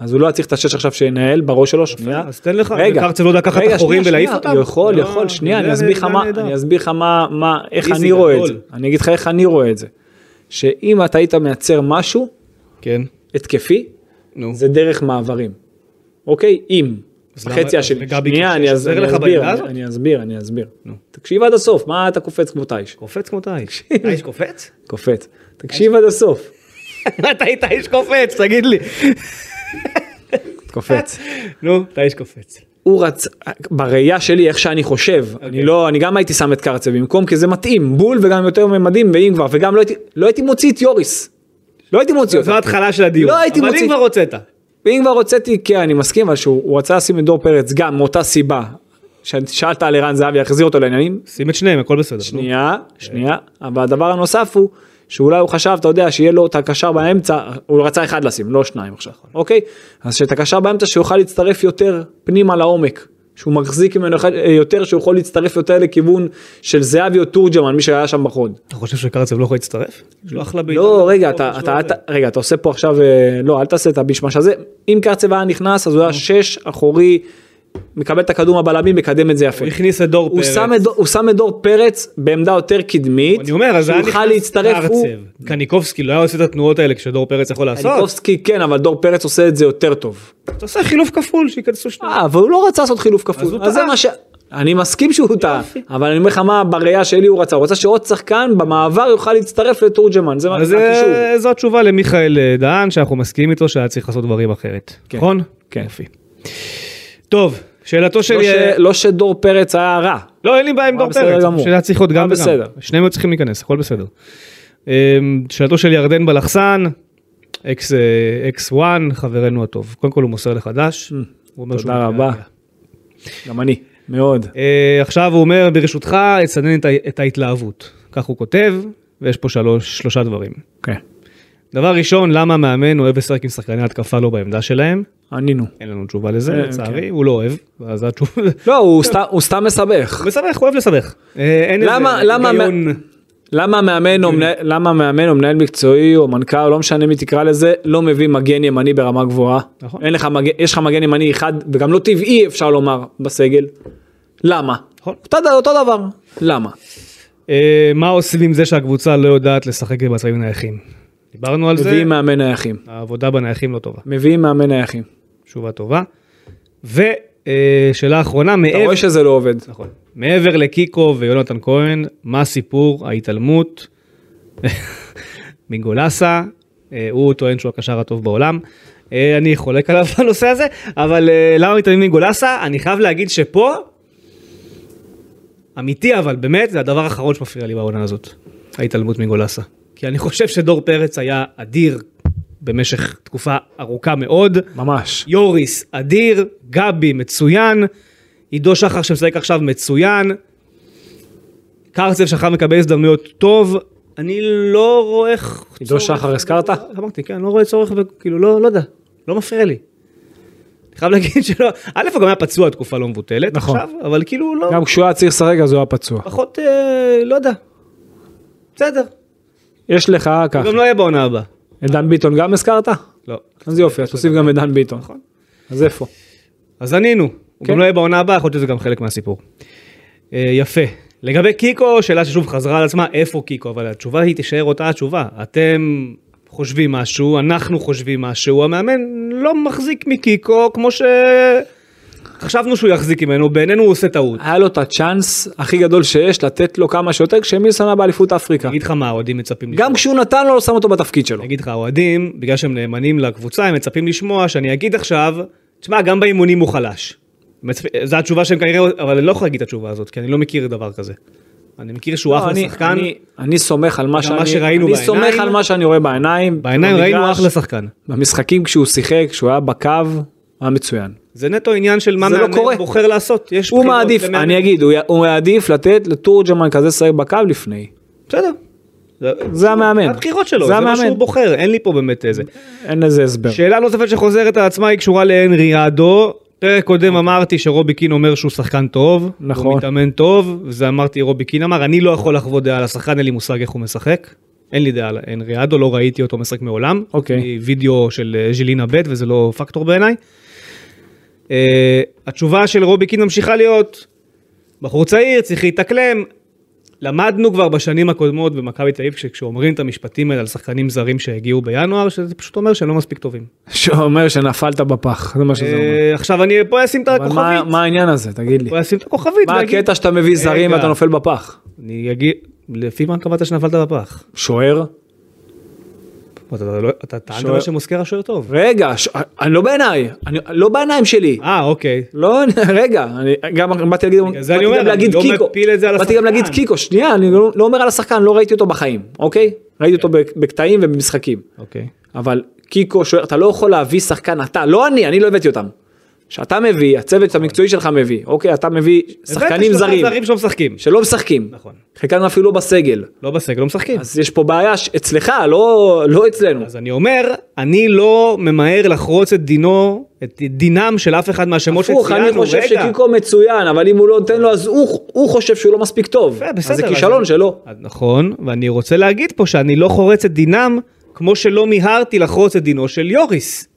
Speaker 3: אז הוא לא היה צריך את השש עכשיו שינהל בראש שלו, שנייה.
Speaker 2: אז תן לך,
Speaker 3: רגע,
Speaker 2: וקרצב לא יודע לקחת
Speaker 3: רגע,
Speaker 2: אחורים
Speaker 3: שנייה,
Speaker 2: ולהעיף
Speaker 3: שנייה,
Speaker 2: אותם?
Speaker 3: יכול,
Speaker 2: לא,
Speaker 3: יכול, שנייה,
Speaker 2: זה
Speaker 3: אני אסביר לך
Speaker 2: נהדר.
Speaker 3: מה, אני אסביר לך מה, מה, איך
Speaker 2: איזי
Speaker 3: אני רואה את זה.
Speaker 2: גדול.
Speaker 3: אני אגיד לך איך אני רואה את זה. שאם אתה היית מייצר משהו
Speaker 2: כן,
Speaker 3: התקפי,
Speaker 2: נו.
Speaker 3: זה דרך מעברים. אוקיי? אם.
Speaker 2: אז
Speaker 3: בחצי
Speaker 2: למה-
Speaker 3: השני.
Speaker 2: וגבי
Speaker 3: שנייה,
Speaker 2: כשש
Speaker 3: אני אז-
Speaker 2: עוזר
Speaker 3: אני
Speaker 2: לך
Speaker 3: אסביר,
Speaker 2: בעמדה
Speaker 3: אני-
Speaker 2: הזאת?
Speaker 3: אני אסביר, אני אסביר.
Speaker 2: נו.
Speaker 3: תקשיב עד הסוף, מה אתה קופץ כמו טייש?
Speaker 2: קופץ כמו אתה האיש. אתה איש קופץ?
Speaker 3: קופץ. תקשיב עד הסוף.
Speaker 2: אתה היית איש קופץ, תגיד לי.
Speaker 3: קופץ.
Speaker 2: נו, אתה איש קופץ.
Speaker 3: הוא רצ... בראייה שלי, איך שאני חושב,
Speaker 2: אוקיי.
Speaker 3: אני לא, אני גם הייתי שם את קרצב במקום, כי זה מתאים, בול וגם יותר ממדים, ואם כבר, וגם לא הייתי, לא הייתי מוציא את יוריס. לא הייתי מוציא
Speaker 2: זו
Speaker 3: אותו.
Speaker 2: ההתחלה של הדיון.
Speaker 3: לא הייתי
Speaker 2: אבל
Speaker 3: מוציא-
Speaker 2: אם כבר הוצאת.
Speaker 3: ואם כבר הוצאתי, כן, אני מסכים, אבל שהוא הוא רצה לשים את דור פרץ גם, מאותה סיבה. ששאלת על ערן זהבי, יחזיר אותו לעניינים,
Speaker 2: שים את שניהם, הכל בסדר. נו.
Speaker 3: שנייה, שנייה, אבל הדבר הנוסף הוא, שאולי הוא חשב, אתה יודע, שיהיה לו את הקשר באמצע, הוא רצה אחד לשים, לא שניים עכשיו, אוקיי? אז שאת הקשר באמצע שיוכל להצטרף יותר פנימה לעומק, שהוא מחזיק ממנו אחד- אה, יותר, שהוא יכול להצטרף יותר לכיוון של זהבי או תורג'מן, מי שהיה שם בחוד.
Speaker 2: אתה חושב שקרצב לא יכול להצטרף? יש לו אחלה בעיטה.
Speaker 3: לא, רגע,
Speaker 2: טוב,
Speaker 3: אתה,
Speaker 2: יש לו
Speaker 3: אתה,
Speaker 2: זה.
Speaker 3: אתה, רגע, אתה עושה פה עכשיו, אה, לא, אל תעשה את הבישמש הזה. אם קרצב היה נכנס, אז הוא היה שש אחורי מקבל את הכדור מהבלמים, מקדם את זה יפה.
Speaker 2: הוא הכניס את דור
Speaker 3: הוא
Speaker 2: פרץ.
Speaker 3: שם את דור- הוא שם את דור פרץ בעמדה יותר קדמית,
Speaker 2: אני אומר, אז
Speaker 3: שהוא
Speaker 2: היה
Speaker 3: יוכל
Speaker 2: נכנס
Speaker 3: להצטרף, הוא,
Speaker 2: קרצב. קניקובסקי לא היה עושה את התנועות האלה כשדור פרץ יכול לעשות.
Speaker 3: קניקובסקי כן, אבל דור פרץ עושה את זה יותר טוב.
Speaker 2: אתה עושה חילוף כפול, שייכנסו שניים.
Speaker 3: אה, אבל הוא לא רצה לעשות חילוף כפול.
Speaker 2: כן. הוא
Speaker 3: אז זה
Speaker 2: טעה.
Speaker 3: מה ש... אני מסכים שהוא טעה, אבל אני אומר לך מה בראייה שלי הוא רצה, הוא רצה שעוד שחקן במעבר יוכל להצטרף לתורג'מן, זה מה
Speaker 2: אז
Speaker 3: הקישור.
Speaker 2: אה, זו התשובה למיכאל אה, דהן, שאנחנו מסכימים איתו שהיה צריך לעשות דברים אחרת.
Speaker 3: כן.
Speaker 2: נכון?
Speaker 3: כן.
Speaker 2: יופי. טוב, שאלתו
Speaker 3: לא
Speaker 2: של... אה,
Speaker 3: ש- לא שדור פרץ היה רע,
Speaker 2: לא, אין לי בעיה עם
Speaker 3: הוא היה
Speaker 2: דור
Speaker 3: בסדר
Speaker 2: פרץ,
Speaker 3: גמור.
Speaker 2: שאלה צריך להיות
Speaker 3: הוא היה
Speaker 2: גם וגם.
Speaker 3: בסדר.
Speaker 2: שניהם היו צריכים להיכנס, הכל בסדר. אמ, שאלתו של ירדן בלחסן, אקס אה, אקס וואן, חברנו הטוב. קודם כל הוא מוסר לחדש. הוא אומר שהוא
Speaker 3: אה, תודה רבה.
Speaker 2: מתגעגע.
Speaker 3: גם אני, מאוד.
Speaker 2: אה, עכשיו הוא אומר, ברשותך, אצנן את ה- את ההתלהבות. כך הוא כותב, ויש פה שלוש- שלושה דברים.
Speaker 3: כן.
Speaker 2: דבר ראשון, למה מאמן אוהב לשחק עם שחקני התקפה לא בעמדה שלהם?
Speaker 3: ענינו.
Speaker 2: אין לנו תשובה לזה,
Speaker 3: אה,
Speaker 2: לצערי, הוא לא אוהב, אז זה התשובה.
Speaker 3: לא, הוא סתם- הוא סתם מסבך.
Speaker 2: הוא מסבך, הוא אוהב לסבך. אה, אין
Speaker 3: למה-
Speaker 2: איזה
Speaker 3: למה-
Speaker 2: היגיון-
Speaker 3: למה המאמן או מנהל- למה המאמן או מנהל מקצועי או מנכ"ל, לא משנה מי תקרא לזה, לא מביא מגן ימני ברמה גבוהה?
Speaker 2: נכון.
Speaker 3: אין לך מגן, יש לך מגן ימני אחד, וגם לא טבעי אפשר לומר, בסגל. למה?
Speaker 2: נכון.
Speaker 3: אותו ד- אותו דבר. למה?
Speaker 2: אה, מה עושים עם זה שהקבוצה לא יודעת לשחק במצבים נייחים? דיברנו על זה,
Speaker 3: מביאים מאמן נייחים.
Speaker 2: העבודה בנייחים לא טובה.
Speaker 3: מביאים מאמן נייחים.
Speaker 2: תשובה טובה. ושאלה אחרונה,
Speaker 3: אתה
Speaker 2: מעבר...
Speaker 3: רואה שזה לא עובד.
Speaker 2: נכון. מעבר לקיקו ויונתן כהן, מה סיפור ההתעלמות מגולסה? אה, הוא טוען שהוא הקשר הטוב בעולם. אה, אני חולק עליו בנושא הזה, אבל אה, למה מתעלמים מגולסה? אני חייב להגיד שפה, אמיתי אבל באמת, זה הדבר האחרון שמפריע לי בעונה הזאת, ההתעלמות מגולסה. כי אני חושב שדור פרץ היה אדיר במשך תקופה ארוכה מאוד.
Speaker 3: ממש.
Speaker 2: יוריס אדיר, גבי מצוין, עידו שחר שמשחק עכשיו מצוין, קרצב שחר מקבל הזדמנויות טוב, אני לא רואה צורך...
Speaker 3: עידו שחר הזכרת?
Speaker 2: אמרתי, כן, לא רואה צורך, וכאילו, לא, לא יודע, לא מפריע לי. אני חייב להגיד שלא, א' הוא גם היה פצוע תקופה לא מבוטלת,
Speaker 3: נכון.
Speaker 2: עכשיו, אבל כאילו לא,
Speaker 3: גם כשהוא היה צריך לשחק אז הוא היה פצוע.
Speaker 2: פחות, אה, לא יודע, בסדר,
Speaker 3: יש לך ככה.
Speaker 2: הוא גם לא יהיה בעונה הבאה.
Speaker 3: את דן ביטון גם הזכרת?
Speaker 2: לא.
Speaker 3: אז יופי, אז תוסיף גם את דן ביטון.
Speaker 2: נכון.
Speaker 3: אז איפה?
Speaker 2: אז ענינו, הוא
Speaker 3: כן.
Speaker 2: גם לא יהיה בעונה הבאה, יכול להיות שזה גם חלק מהסיפור. אה, יפה. לגבי קיקו, שאלה ששוב חזרה על עצמה, איפה קיקו? אבל התשובה היא תישאר אותה התשובה. אתם חושבים משהו, אנחנו חושבים משהו, המאמן לא מחזיק מקיקו כמו שחשבנו שהוא יחזיק ממנו, בעינינו הוא עושה טעות.
Speaker 3: היה לו את הצ'אנס הכי גדול שיש לתת לו כמה שיותר כשמילסון היה באליפות אפריקה.
Speaker 2: אני אגיד לך מה האוהדים מצפים לשמוע.
Speaker 3: גם כשהוא נתן לו לא שם אותו בתפקיד שלו.
Speaker 2: אני אגיד לך, האוהדים, בגלל שהם נאמנים לקבוצה, הם מצפים לשמוע שאני אגיד עכשיו, תשמע, גם באימונים הוא חלש. מצפ- זו התשובה שהם כנראה, אבל אני לא יכול להגיד את התשובה הזאת, כי אני לא מכיר דבר כזה. אני מכיר שהוא
Speaker 3: לא,
Speaker 2: אחלה
Speaker 3: אני-
Speaker 2: שחקן,
Speaker 3: אני- אני סומך על מה
Speaker 2: גם מה
Speaker 3: שאני
Speaker 2: שראינו
Speaker 3: אני
Speaker 2: בעיניים.
Speaker 3: סומך על מה שאני רואה בעיניים.
Speaker 2: בעיניים ראינו
Speaker 3: במגרש,
Speaker 2: אחלה שחקן.
Speaker 3: במשחקים כשהוא שיחק, כשהוא היה בקו, הוא היה מצוין.
Speaker 2: זה נטו עניין של מה
Speaker 3: זה לא קורה.
Speaker 2: מאמן בוחר לעשות. יש
Speaker 3: הוא
Speaker 2: בחירות
Speaker 3: מעדיף,
Speaker 2: למאמן.
Speaker 3: אני אגיד, הוא י- הוא יעדיף לתת לתורג'מן כזה שחק בקו לפני.
Speaker 2: בסדר. זה-
Speaker 3: זה המאמן.
Speaker 2: הבחירות שלו, זה
Speaker 3: זה
Speaker 2: מה
Speaker 3: המאמן. כן.
Speaker 2: שהוא בוחר, אין לי פה באמת איזה.
Speaker 3: אין לזה הסבר.
Speaker 2: שאלה נוספת שחוזרת על עצמה היא קשורה להנרי יעדו. פרק קודם אמרתי שרובי קין אומר שהוא שחקן טוב,
Speaker 3: נכון.
Speaker 2: הוא מתאמן טוב, וזה אמרתי רובי קין אמר, אני לא יכול לחוות דעה על השחקן, אין לי מושג איך הוא משחק. אין לי דעה על הנרי יעדו, לא ראיתי אותו משחק מעולם.
Speaker 3: אוקיי.
Speaker 2: אני וידאו של אה, ז'לינה ב' וזה לא פקטור בעיניי. אה, התשובה של רובי קין ממשיכה להיות, בחור צעיר, צריך להתאקלם. למדנו כבר בשנים הקודמות במכבי תל אביב, שכשאומרים את המשפטים האלה על שחקנים זרים שהגיעו בינואר, שזה פשוט אומר שהם לא מספיק טובים.
Speaker 3: שאומר שנפלת בפח, זה מה שזה אומר.
Speaker 2: אה, עכשיו אני פה אשים את
Speaker 3: אבל מה-
Speaker 2: הכוכבית.
Speaker 3: מה העניין הזה, תגיד לי?
Speaker 2: פה אשים את הכוכבית.
Speaker 3: מה
Speaker 2: ואגיד-
Speaker 3: הקטע שאתה מביא זרים
Speaker 2: רגע.
Speaker 3: ואתה נופל בפח?
Speaker 2: אני אגיד, לפי מה קבעת שנפלת בפח?
Speaker 3: שוער?
Speaker 2: אתה לא- אתה טענת
Speaker 3: שוער-
Speaker 2: לו שמוסקרה שוער טוב.
Speaker 3: רגע, ש... אני לא בעיניי, אני לא בעיניים שלי.
Speaker 2: אה, אוקיי.
Speaker 3: לא, רגע, אני גם באתי להגיד,
Speaker 2: זה אני
Speaker 3: באתי
Speaker 2: אומר,
Speaker 3: גם
Speaker 2: אני
Speaker 3: להגיד
Speaker 2: לא
Speaker 3: קיקו,
Speaker 2: מפיל את זה על
Speaker 3: באתי גם
Speaker 2: השחקן.
Speaker 3: להגיד קיקו, שנייה, אני לא לא אומר על השחקן, לא ראיתי אותו בחיים, אוקיי? ראיתי אותו בק- בקטעים ובמשחקים,
Speaker 2: אוקיי.
Speaker 3: אבל קיקו שוער, אתה לא יכול להביא שחקן, אתה, לא אני, אני לא הבאתי אותם. שאתה מביא, הצוות המקצועי שלך מביא, אוקיי, אתה מביא שחקנים
Speaker 2: הבאת נכון. שלושה
Speaker 3: זרים,
Speaker 2: זרים שלא משחקים.
Speaker 3: שלא משחקים,
Speaker 2: נכון.
Speaker 3: חלקם אפילו לא בסגל,
Speaker 2: לא בסגל, לא משחקים.
Speaker 3: אז יש פה בעיה ש- אצלך, לא לא אצלנו.
Speaker 2: אז אני אומר, אני לא ממהר לחרוץ את דינו, את דינם של אף אחד מהשמות שציינו.
Speaker 3: הפוך, אני חושב
Speaker 2: רגע.
Speaker 3: שקיקו מצוין, אבל אם הוא לא נותן לו אז הוא הוא חושב שהוא לא מספיק טוב.
Speaker 2: יפה,
Speaker 3: אז זה
Speaker 2: אה, בסדר,
Speaker 3: כישלון
Speaker 2: אז-
Speaker 3: שלו.
Speaker 2: אז נכון, ואני רוצה להגיד פה שאני לא חורץ את דינם, כמו שלא מיהרתי לחרוץ את דינו של יוריס.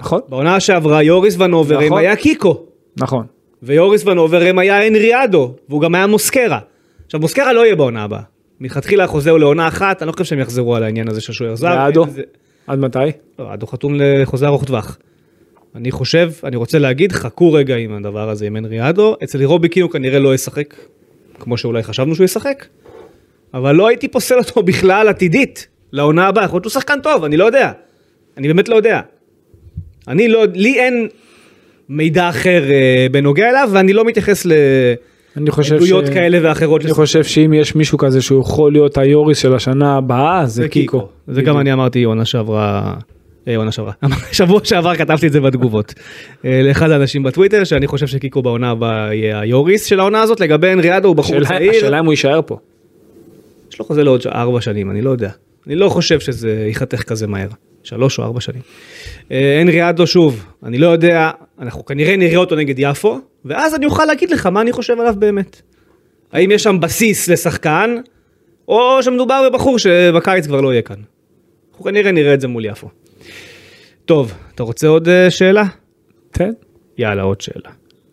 Speaker 3: נכון.
Speaker 2: בעונה שעברה יוריס ונוברים
Speaker 3: נכון.
Speaker 2: היה קיקו.
Speaker 3: נכון.
Speaker 2: ויוריס ונוברם היה אנריאדו, והוא גם היה מוסקרה. עכשיו מוסקרה לא יהיה בעונה הבאה. מלכתחילה החוזה הוא לעונה אחת, אני לא חושב שהם יחזרו על העניין הזה של שוער זר.
Speaker 3: ועדו?
Speaker 2: אין זה-
Speaker 3: עד מתי?
Speaker 2: לא, עדו חתום לחוזה ארוך טווח. אני חושב, אני רוצה להגיד, חכו רגע עם הדבר הזה עם אנריאדו. אצל רוביקין הוא כנראה לא ישחק, כמו שאולי חשבנו שהוא ישחק. אבל לא הייתי פוסל אותו בכלל עתידית, לעונה הבאה. יכול להיות שהוא שחקן טוב, אני לא יודע. אני באמת לא יודע. אני לא, לי אין מידע אחר אה, בנוגע אליו, ואני לא מתייחס
Speaker 3: אני חושב
Speaker 2: לעדויות כאלה ואחרות.
Speaker 3: אני
Speaker 2: של-
Speaker 3: חושב שאם יש מישהו כזה שהוא יכול להיות היוריס של השנה הבאה זה קיקו.
Speaker 2: אה, זה גם אני אמרתי עונה שעברה, אה, עונה שעברה, שבוע שעבר כתבתי את זה בתגובות. אה, לאחד האנשים בטוויטר שאני חושב שקיקו בעונה הבאה יהיה היוריס של העונה הזאת, לגבי אנריאדו הוא בחור
Speaker 3: השאלה-
Speaker 2: צעיר,
Speaker 3: השאלה אם הוא יישאר פה.
Speaker 2: יש לו חוזה לעוד ש- ארבע שנים, אני לא יודע. אני לא חושב שזה ייחתך כזה מהר, שלוש או ארבע שנים. אה, אנריאדו שוב, אני לא יודע, אנחנו כנראה נראה אותו נגד יפו, ואז אני אוכל להגיד לך מה אני חושב עליו באמת. האם יש שם בסיס לשחקן, או שמדובר בבחור שבקיץ כבר לא יהיה כאן. אנחנו כנראה נראה את זה מול יפו. טוב, אתה רוצה עוד אה, שאלה? כן.
Speaker 3: תן,
Speaker 2: יאללה, עוד שאלה.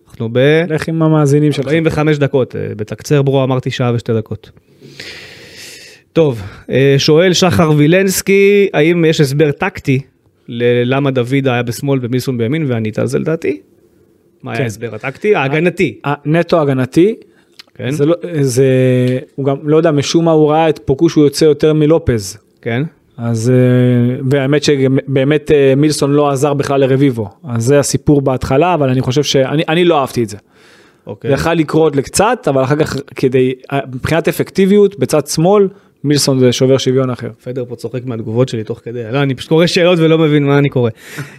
Speaker 2: אנחנו ב...
Speaker 3: לך עם המאזינים שלך.
Speaker 2: 45 דקות, אה, בתקצר ברו אמרתי שעה ושתי דקות. טוב, אה, שואל שחר וילנסקי, האם יש הסבר טקטי ללמה דוד היה בשמאל ומילסון בימין וענית על זה לדעתי? מה היה
Speaker 3: כן.
Speaker 2: ההסבר הטקטי? ההגנתי.
Speaker 3: נטו הגנתי.
Speaker 2: כן?
Speaker 3: זה לא, זה, הוא גם, לא יודע, משום מה הוא ראה את פוקוש הוא יוצא יותר מלופז.
Speaker 2: כן?
Speaker 3: אז אה, והאמת שבאמת אה, מילסון לא עזר בכלל לרביבו. אז זה הסיפור בהתחלה, אבל אני חושב שאני אני לא אהבתי את זה.
Speaker 2: אוקיי.
Speaker 3: זה יכל לקרות לקצת, אבל אחר כך כדי, אה, מבחינת אפקטיביות, בצד שמאל, מילסון זה שובר שוויון אחר.
Speaker 2: פדר פה צוחק מהתגובות שלי תוך כדי, לא, אני פשוט קורא שאלות ולא מבין מה אני קורא.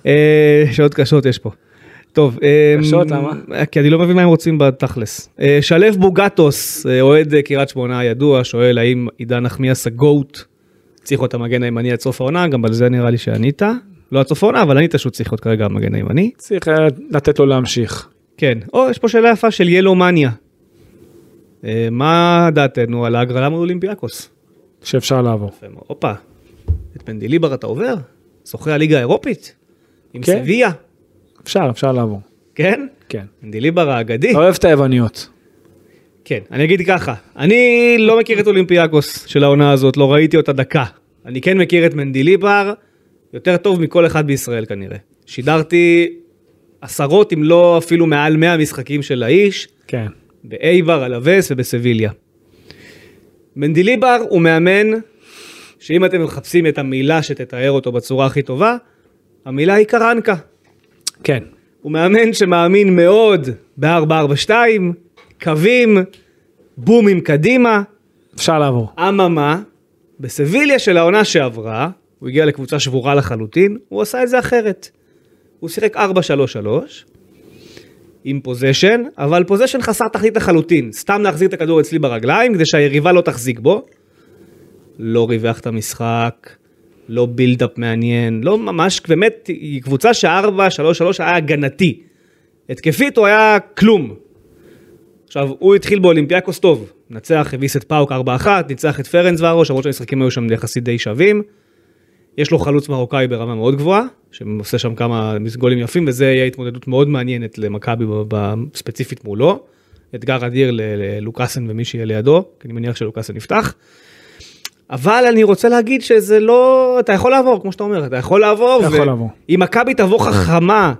Speaker 2: אה, שאלות קשות יש פה. טוב, אה,
Speaker 3: קשות, למה?
Speaker 2: כי אני לא מבין מה הם רוצים בתכלס. אה, שלו בוגטוס, אה, אוהד אה, קריית שמונה הידוע, שואל האם עידן נחמיאס הגוט צריך להיות המגן הימני עד סוף העונה, גם על זה נראה לי שענית. לא עד סוף העונה, אבל ענית שהוא צריך להיות כרגע המגן הימני.
Speaker 3: צריך אה, לתת לו להמשיך.
Speaker 2: כן, או יש פה שאלה יפה של ילו מניה. אה, מה דעתנו על ההגרלה מול אולימפיאקוס?
Speaker 3: שאפשר לעבור.
Speaker 2: יפה מאוד. הופה, את פנדיליבר אתה עובר? זוכה הליגה האירופית? עם
Speaker 3: כן.
Speaker 2: סביה?
Speaker 3: אפשר, אפשר לעבור.
Speaker 2: כן?
Speaker 3: כן.
Speaker 2: פנדיליבר האגדי?
Speaker 3: אוהב את היווניות.
Speaker 2: כן, אני אגיד ככה, אני לא מכיר את אולימפיאקוס של העונה הזאת, לא ראיתי אותה דקה. אני כן מכיר את מנדיליבר, יותר טוב מכל אחד בישראל כנראה. שידרתי עשרות אם לא אפילו מעל 100 משחקים של האיש,
Speaker 3: כן.
Speaker 2: באייבר, אלווס ובסביליה. מנדיליבר הוא מאמן שאם אתם מחפשים את המילה שתתאר אותו בצורה הכי טובה, המילה היא קרנקה.
Speaker 3: כן.
Speaker 2: הוא מאמן שמאמין מאוד ב-442, קווים, בומים קדימה,
Speaker 3: אפשר לעבור.
Speaker 2: אממה, בסביליה של העונה שעברה, הוא הגיע לקבוצה שבורה לחלוטין, הוא עשה את זה אחרת. הוא שיחק 4-3-3, עם פוזיישן, אבל פוזיישן חסר תכלית לחלוטין. סתם להחזיק את הכדור אצלי ברגליים, כדי שהיריבה לא תחזיק בו. לא ריווח את המשחק, לא בילדאפ מעניין, לא ממש, באמת, היא קבוצה ש-4-3-3 היה הגנתי. התקפית הוא היה כלום, עכשיו, הוא התחיל באולימפיאקוס טוב, נצח, הביס את פאוק 4-1, ניצח את פרנס ורוש, למרות שהמשחקים היו שם יחסית די שווים. יש לו חלוץ מרוקאי ברמה מאוד גבוהה, שעושה שם כמה גולים יפים, וזה יהיה התמודדות מאוד מעניינת למכבי ב- ב- ספציפית מולו. אתגר אדיר ל- ללוקאסן ומי שיהיה לידו, כי אני מניח שלוקאסן יפתח. אבל אני רוצה להגיד שזה לא... אתה יכול לעבור, כמו שאתה אומר, אתה יכול לעבור.
Speaker 3: אתה
Speaker 2: ו-
Speaker 3: יכול לעבור.
Speaker 2: אם מכבי תבוא חכמה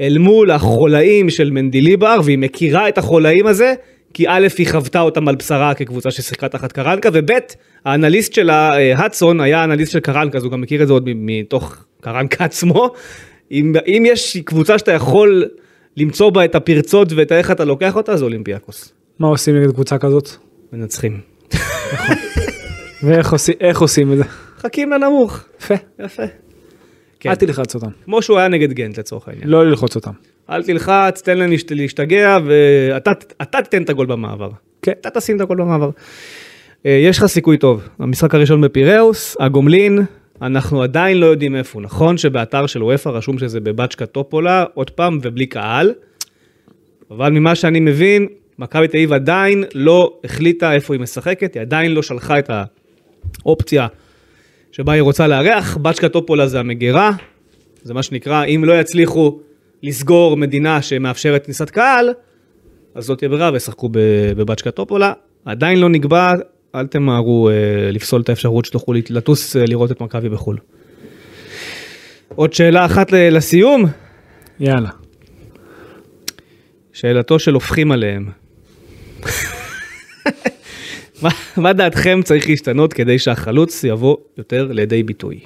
Speaker 2: אל מול החולאים של מנדיליבר, והיא מכירה את החולאים הזה, כי א', היא חוותה אותם על בשרה כקבוצה ששיחקה תחת קרנקה, וב', האנליסט שלה, אה, הדסון, היה אנליסט של קרנקה, אז הוא גם מכיר את זה עוד מ- מתוך קרנקה עצמו. אם, אם יש קבוצה שאתה יכול למצוא בה את הפרצות ואת איך אתה לוקח אותה, זה אולימפיאקוס.
Speaker 3: מה עושים נגד קבוצה כזאת?
Speaker 2: מנצחים.
Speaker 3: ואיך עושים, איך עושים את זה?
Speaker 2: חכים לנמוך.
Speaker 3: יפה.
Speaker 2: יפה. כן.
Speaker 3: אל תלחץ אותם.
Speaker 2: כמו שהוא היה נגד גנט לצורך העניין.
Speaker 3: לא ללחוץ אותם.
Speaker 2: אל תלחץ, תן להם להשת- להשתגע, ואתה אתה תיתן את הגול במעבר.
Speaker 3: כן.
Speaker 2: אתה תשים את הגול במעבר. אה, יש לך סיכוי טוב. המשחק הראשון בפיראוס, הגומלין, אנחנו עדיין לא יודעים איפה. הוא. נכון שבאתר של וופא רשום שזה בבצ'קה טופולה, עוד פעם, ובלי קהל, אבל ממה שאני מבין, מכבי תל אביב עדיין לא החליטה איפה היא משחקת, היא עדיין לא שלחה את האופציה שבה היא רוצה לארח. בצ'קה טופולה זה המגירה, זה מה שנקרא, אם לא יצליחו לסגור מדינה שמאפשרת כניסת קהל, אז לא תהיה ברירה וישחקו ב- בבצ'קה טופולה. עדיין לא נקבע, אל תמהרו אה, לפסול את האפשרות שתוכלו לת- לטוס אה, לראות את מכבי בחו"ל. עוד שאלה אחת ל- לסיום,
Speaker 3: יאללה.
Speaker 2: שאלתו של הופכים עליהם. מה, מה דעתכם צריך להשתנות כדי שהחלוץ יבוא יותר לידי ביטוי?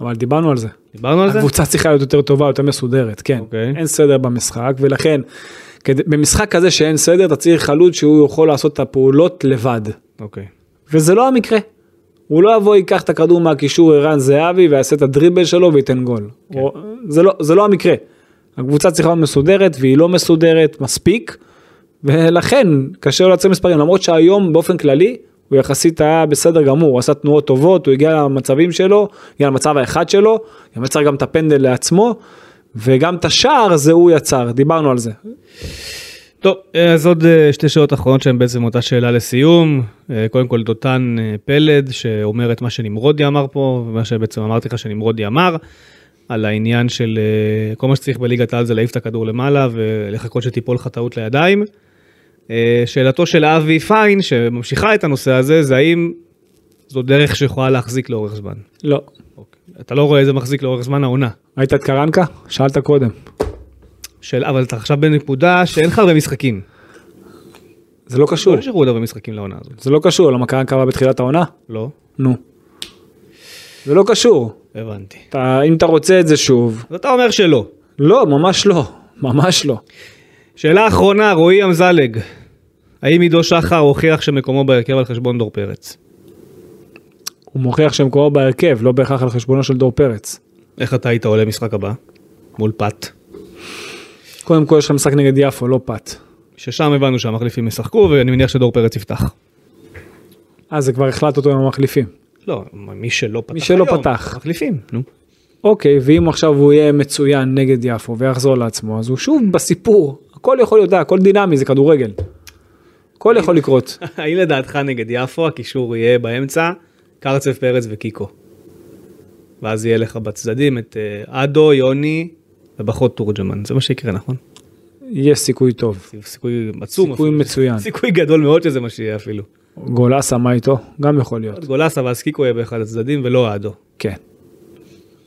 Speaker 3: אבל דיברנו על זה.
Speaker 2: דיברנו על זה?
Speaker 3: הקבוצה צריכה להיות יותר טובה, יותר מסודרת, כן.
Speaker 2: אוקיי.
Speaker 3: אין סדר במשחק, ולכן, כדי, במשחק כזה שאין סדר, אתה צריך חלוץ שהוא יכול לעשות את הפעולות לבד.
Speaker 2: אוקיי.
Speaker 3: וזה לא המקרה. הוא לא יבוא, ייקח את הכדור מהקישור ערן זהבי ויעשה את הדריבל שלו וייתן גול. כן. או, זה, לא, זה לא המקרה. הקבוצה צריכה להיות מסודרת והיא לא מסודרת מספיק, ולכן קשה לו לייצר מספרים, למרות שהיום באופן כללי הוא יחסית היה בסדר גמור, הוא עשה תנועות טובות, הוא הגיע למצבים שלו, הגיע למצב האחד שלו, גם יצר גם את הפנדל לעצמו, וגם את השער זה הוא יצר, דיברנו על זה.
Speaker 2: טוב, אז עוד אה, שתי שאלות אחרונות שהן בעצם אותה שאלה לסיום. אה, קודם כל דותן אה, פלד, שאומר את מה שנמרודי אמר פה, ומה שבעצם אמרתי לך שנמרודי אמר, על העניין של אה, כל מה שצריך בליגת העל זה להעיף את הכדור למעלה ולחכות שתיפול לך טעות לידיים. אה, שאלתו של אבי פיין, שממשיכה את הנושא הזה, זה האם זו דרך שיכולה להחזיק לאורך זמן.
Speaker 3: לא.
Speaker 2: אתה לא רואה איזה מחזיק לאורך זמן העונה.
Speaker 3: ראית את קרנקה? שאלת קודם.
Speaker 2: שאלה, אבל אתה עכשיו בנקודה שאין לך הרבה משחקים.
Speaker 3: זה לא קשור,
Speaker 2: לא נשארו עוד הרבה משחקים לעונה הזאת.
Speaker 3: זה לא קשור, למה קרנקה בא בתחילת העונה?
Speaker 2: לא?
Speaker 3: נו. זה לא קשור.
Speaker 2: הבנתי.
Speaker 3: אתה, אם אתה רוצה את זה שוב,
Speaker 2: אז אתה אומר שלא.
Speaker 3: לא, ממש לא. ממש לא.
Speaker 2: שאלה אחרונה, רועי אמזלג. האם עידו שחר הוכיח שמקומו בהרכב על חשבון דור פרץ?
Speaker 3: הוא מוכיח שהם קוראים בהרכב, לא בהכרח על חשבונו של דור פרץ.
Speaker 2: איך אתה היית עולה משחק הבא? מול פת.
Speaker 3: קודם כל יש לך משחק נגד יפו, לא פת.
Speaker 2: ששם הבנו שהמחליפים ישחקו, ואני מניח שדור פרץ יפתח.
Speaker 3: אה, זה כבר החלטת אותו עם המחליפים.
Speaker 2: לא, מי שלא פתח
Speaker 3: מי שלא
Speaker 2: היום,
Speaker 3: פתח.
Speaker 2: מחליפים, נו.
Speaker 3: אוקיי, ואם עכשיו הוא יהיה מצוין נגד יפו ויחזור לעצמו, אז הוא שוב בסיפור. הכל יכול להיות, אתה יודע, הכל דינמי, זה כדורגל. הכל יכול לקרות.
Speaker 2: האם לדעתך נגד יפו הקישור יהיה באמצע, קרצב פרץ וקיקו? ואז יהיה לך בצדדים את אה, אדו, יוני ופחות תורג'מן, זה מה שיקרה, נכון?
Speaker 3: יש סיכוי טוב.
Speaker 2: סיכוי עצום.
Speaker 3: סיכוי
Speaker 2: אפילו.
Speaker 3: מצוין.
Speaker 2: סיכוי גדול מאוד שזה מה שיהיה אפילו.
Speaker 3: גולסה, מה איתו? גם יכול להיות.
Speaker 2: עוד גולסה ואז קיקו יהיה באחד הצדדים ולא אדו.
Speaker 3: כן.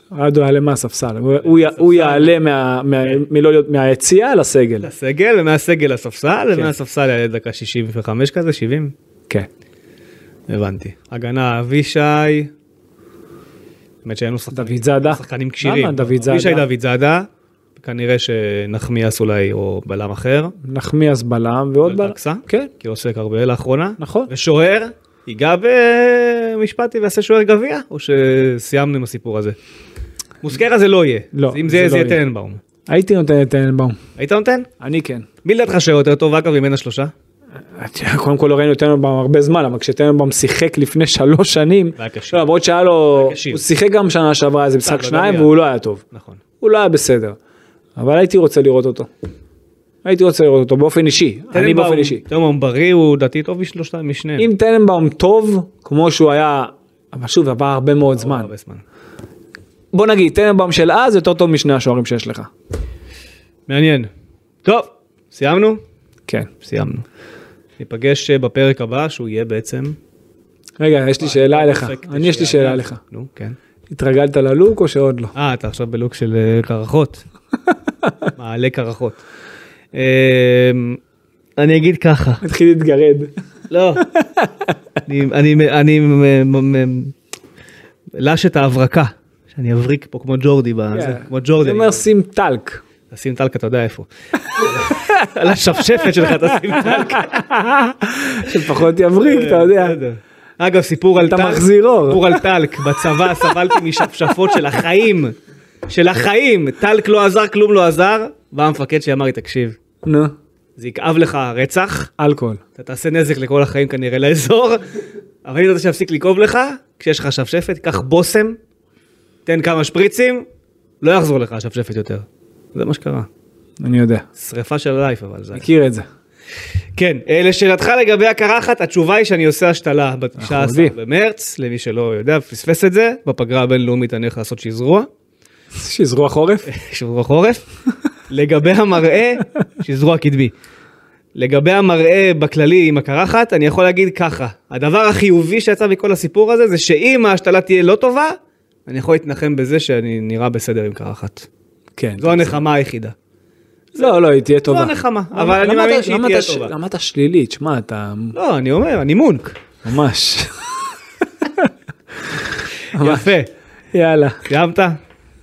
Speaker 3: אדו יעלה מהספסל, הוא- הוא י- הוא יעלה מה- מה- מלא להיות מהיציאה לסגל.
Speaker 2: לסגל ומהסגל לספסל
Speaker 3: כן.
Speaker 2: ומהספסל יעלה דקה 65 כזה 70
Speaker 3: כן.
Speaker 2: הבנתי הגנה אבישי. האמת שאין לו שחקנים-
Speaker 3: דוד זאדה.
Speaker 2: שחקנים כשירים.
Speaker 3: למה דוד זאדה?
Speaker 2: אבישי דוד זאדה. כנראה שנחמיאס אולי או בלם אחר.
Speaker 3: נחמיאס בלם ועוד בלם.
Speaker 2: ולטקסה?
Speaker 3: כן.
Speaker 2: כי עוסק הרבה לאחרונה.
Speaker 3: נכון.
Speaker 2: ושוער ייגע במשפטי ויעשה שוער גביע או שסיימנו עם הסיפור הזה. מוסקרה זה לא יהיה.
Speaker 3: לא,
Speaker 2: אם
Speaker 3: זה
Speaker 2: זה יהיה זה
Speaker 3: לא
Speaker 2: יהיה
Speaker 3: יהיה.
Speaker 2: טננבאום.
Speaker 3: הייתי נותן את טננבאום.
Speaker 2: היית נותן?
Speaker 3: אני כן.
Speaker 2: מי לדעתך שוער יותר טוב אגב מבין השלושה?
Speaker 3: קודם כל לא ראינו את טננבאום הרבה זמן, אבל כשטננבאום שיחק לפני שלוש שנים,
Speaker 2: והיה קשה.
Speaker 3: לא, למרות שהיה לו,
Speaker 2: היה קשיר.
Speaker 3: הוא שיחק גם שנה שעברה איזה משחק
Speaker 2: בגביע.
Speaker 3: שניים והוא לא היה טוב.
Speaker 2: נכון.
Speaker 3: הוא לא היה בסדר. אבל הייתי רוצה לראות אותו. הייתי רוצה לראות אותו באופן אישי. אני באופן אישי.
Speaker 2: טננבאום בריא הוא דעתי טוב משלושתם, משניהם. לא
Speaker 3: אם טננבאום טוב, כמו שהוא היה, אבל שוב, עבר הרבה מאוד זמן.
Speaker 2: הרבה זמן.
Speaker 3: בוא נגיד, טננבאום של אז יותר טוב משני השוערים שיש לך.
Speaker 2: מעניין. טוב, סיימנו?
Speaker 3: כן.
Speaker 2: סיימנו. ניפגש אה, בפרק הבא שהוא יהיה בעצם...
Speaker 3: רגע, יש לי שאלה אליך.
Speaker 2: אפקט
Speaker 3: אני יש לי
Speaker 2: שהיה-
Speaker 3: שאלה אליך.
Speaker 2: נו, כן.
Speaker 3: התרגלת ללוק או שעוד לא?
Speaker 2: אה, אתה עכשיו בלוק של אה, קרחות. מעלה קרחות. אמ, אני אגיד ככה.
Speaker 3: התחיל להתגרד.
Speaker 2: לא. אני, אני, אני מ- מ- מ- לש את ההברקה, שאני אבריק פה כמו ג'ורדי, בזה,
Speaker 3: כן.
Speaker 2: כמו ג'ורדי,
Speaker 3: זה אומר שים טלק.
Speaker 2: תשים טלקה, אתה יודע איפה. על השפשפת שלך תשים טלקה.
Speaker 3: שפחות יבריק, אתה יודע.
Speaker 2: כן, בסדר. אגב, סיפור על
Speaker 3: אתה
Speaker 2: טלק,
Speaker 3: מחזירו.
Speaker 2: סיפור על טלק, בצבא סבלתי משפשפות של החיים, של החיים, טלק לא עזר, כלום לא עזר, בא המפקד שאמר לי, תקשיב,
Speaker 3: נו,
Speaker 2: זה יכאב לך רצח,
Speaker 3: אלכוהול.
Speaker 2: אתה תעשה נזק לכל החיים כנראה לאזור, אבל אם אתה שיפסיק לכאוב לך, כשיש לך שפשפת, קח בושם, תן כמה שפריצים, לא יחזור לך השפשפת יותר. זה מה שקרה.
Speaker 3: אני יודע.
Speaker 2: שריפה של הלייף אבל זה.
Speaker 3: מכיר את זה.
Speaker 2: כן, אה, לשאלתך לגבי הקרחת, התשובה היא שאני עושה השתלה ב-19
Speaker 3: יודעים.
Speaker 2: במרץ, למי שלא יודע, פספס את זה, בפגרה הבינלאומית אני הולך לעשות שזרוע,
Speaker 3: שזרוע חורף?
Speaker 2: שזרוע חורף. לגבי המראה, שזרוע קדמי. לגבי המראה בכללי עם הקרחת, אני יכול להגיד ככה, הדבר החיובי שיצא מכל הסיפור הזה, זה שאם ההשתלה תהיה לא טובה, אני יכול להתנחם בזה שאני נראה בסדר עם קרחת.
Speaker 3: כן.
Speaker 2: זו הנחמה היחידה.
Speaker 3: לא, לא, היא תהיה טובה.
Speaker 2: הנחמה,
Speaker 3: למה-
Speaker 2: אבל אני
Speaker 3: למה
Speaker 2: מאמין
Speaker 3: אתה-
Speaker 2: שהיא
Speaker 3: למה
Speaker 2: תהיה
Speaker 3: אתה ש-
Speaker 2: טובה.
Speaker 3: למה אתה שלילי? תשמע, אתה
Speaker 2: לא, אני אומר, אני מונק.
Speaker 3: ממש...
Speaker 2: יפה.
Speaker 3: יאללה.
Speaker 2: סיימת? יש לך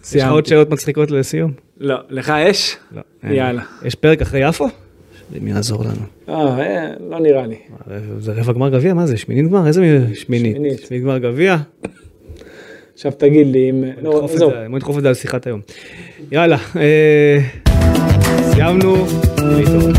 Speaker 3: סיימתי.
Speaker 2: עוד שאלות מצחיקות לסיום?
Speaker 3: לא, לך יש?
Speaker 2: לא.
Speaker 3: יאללה.
Speaker 2: יש פרק אחרי יפו? מי יעזור לנו?
Speaker 3: אה, אה, לא נראה לי.
Speaker 2: זה רבע גמר גביע? מה זה? שמינית גמר? איזה מי- שמינית?
Speaker 3: שמינית.
Speaker 2: שמינית גמר גביע?
Speaker 3: עכשיו תגיד לי אם... לא,
Speaker 2: נדחוף את
Speaker 3: זהו.
Speaker 2: זה- בוא נדחוף את זה על שיחת היום. יאללה, אה, סיימנו. להתראות.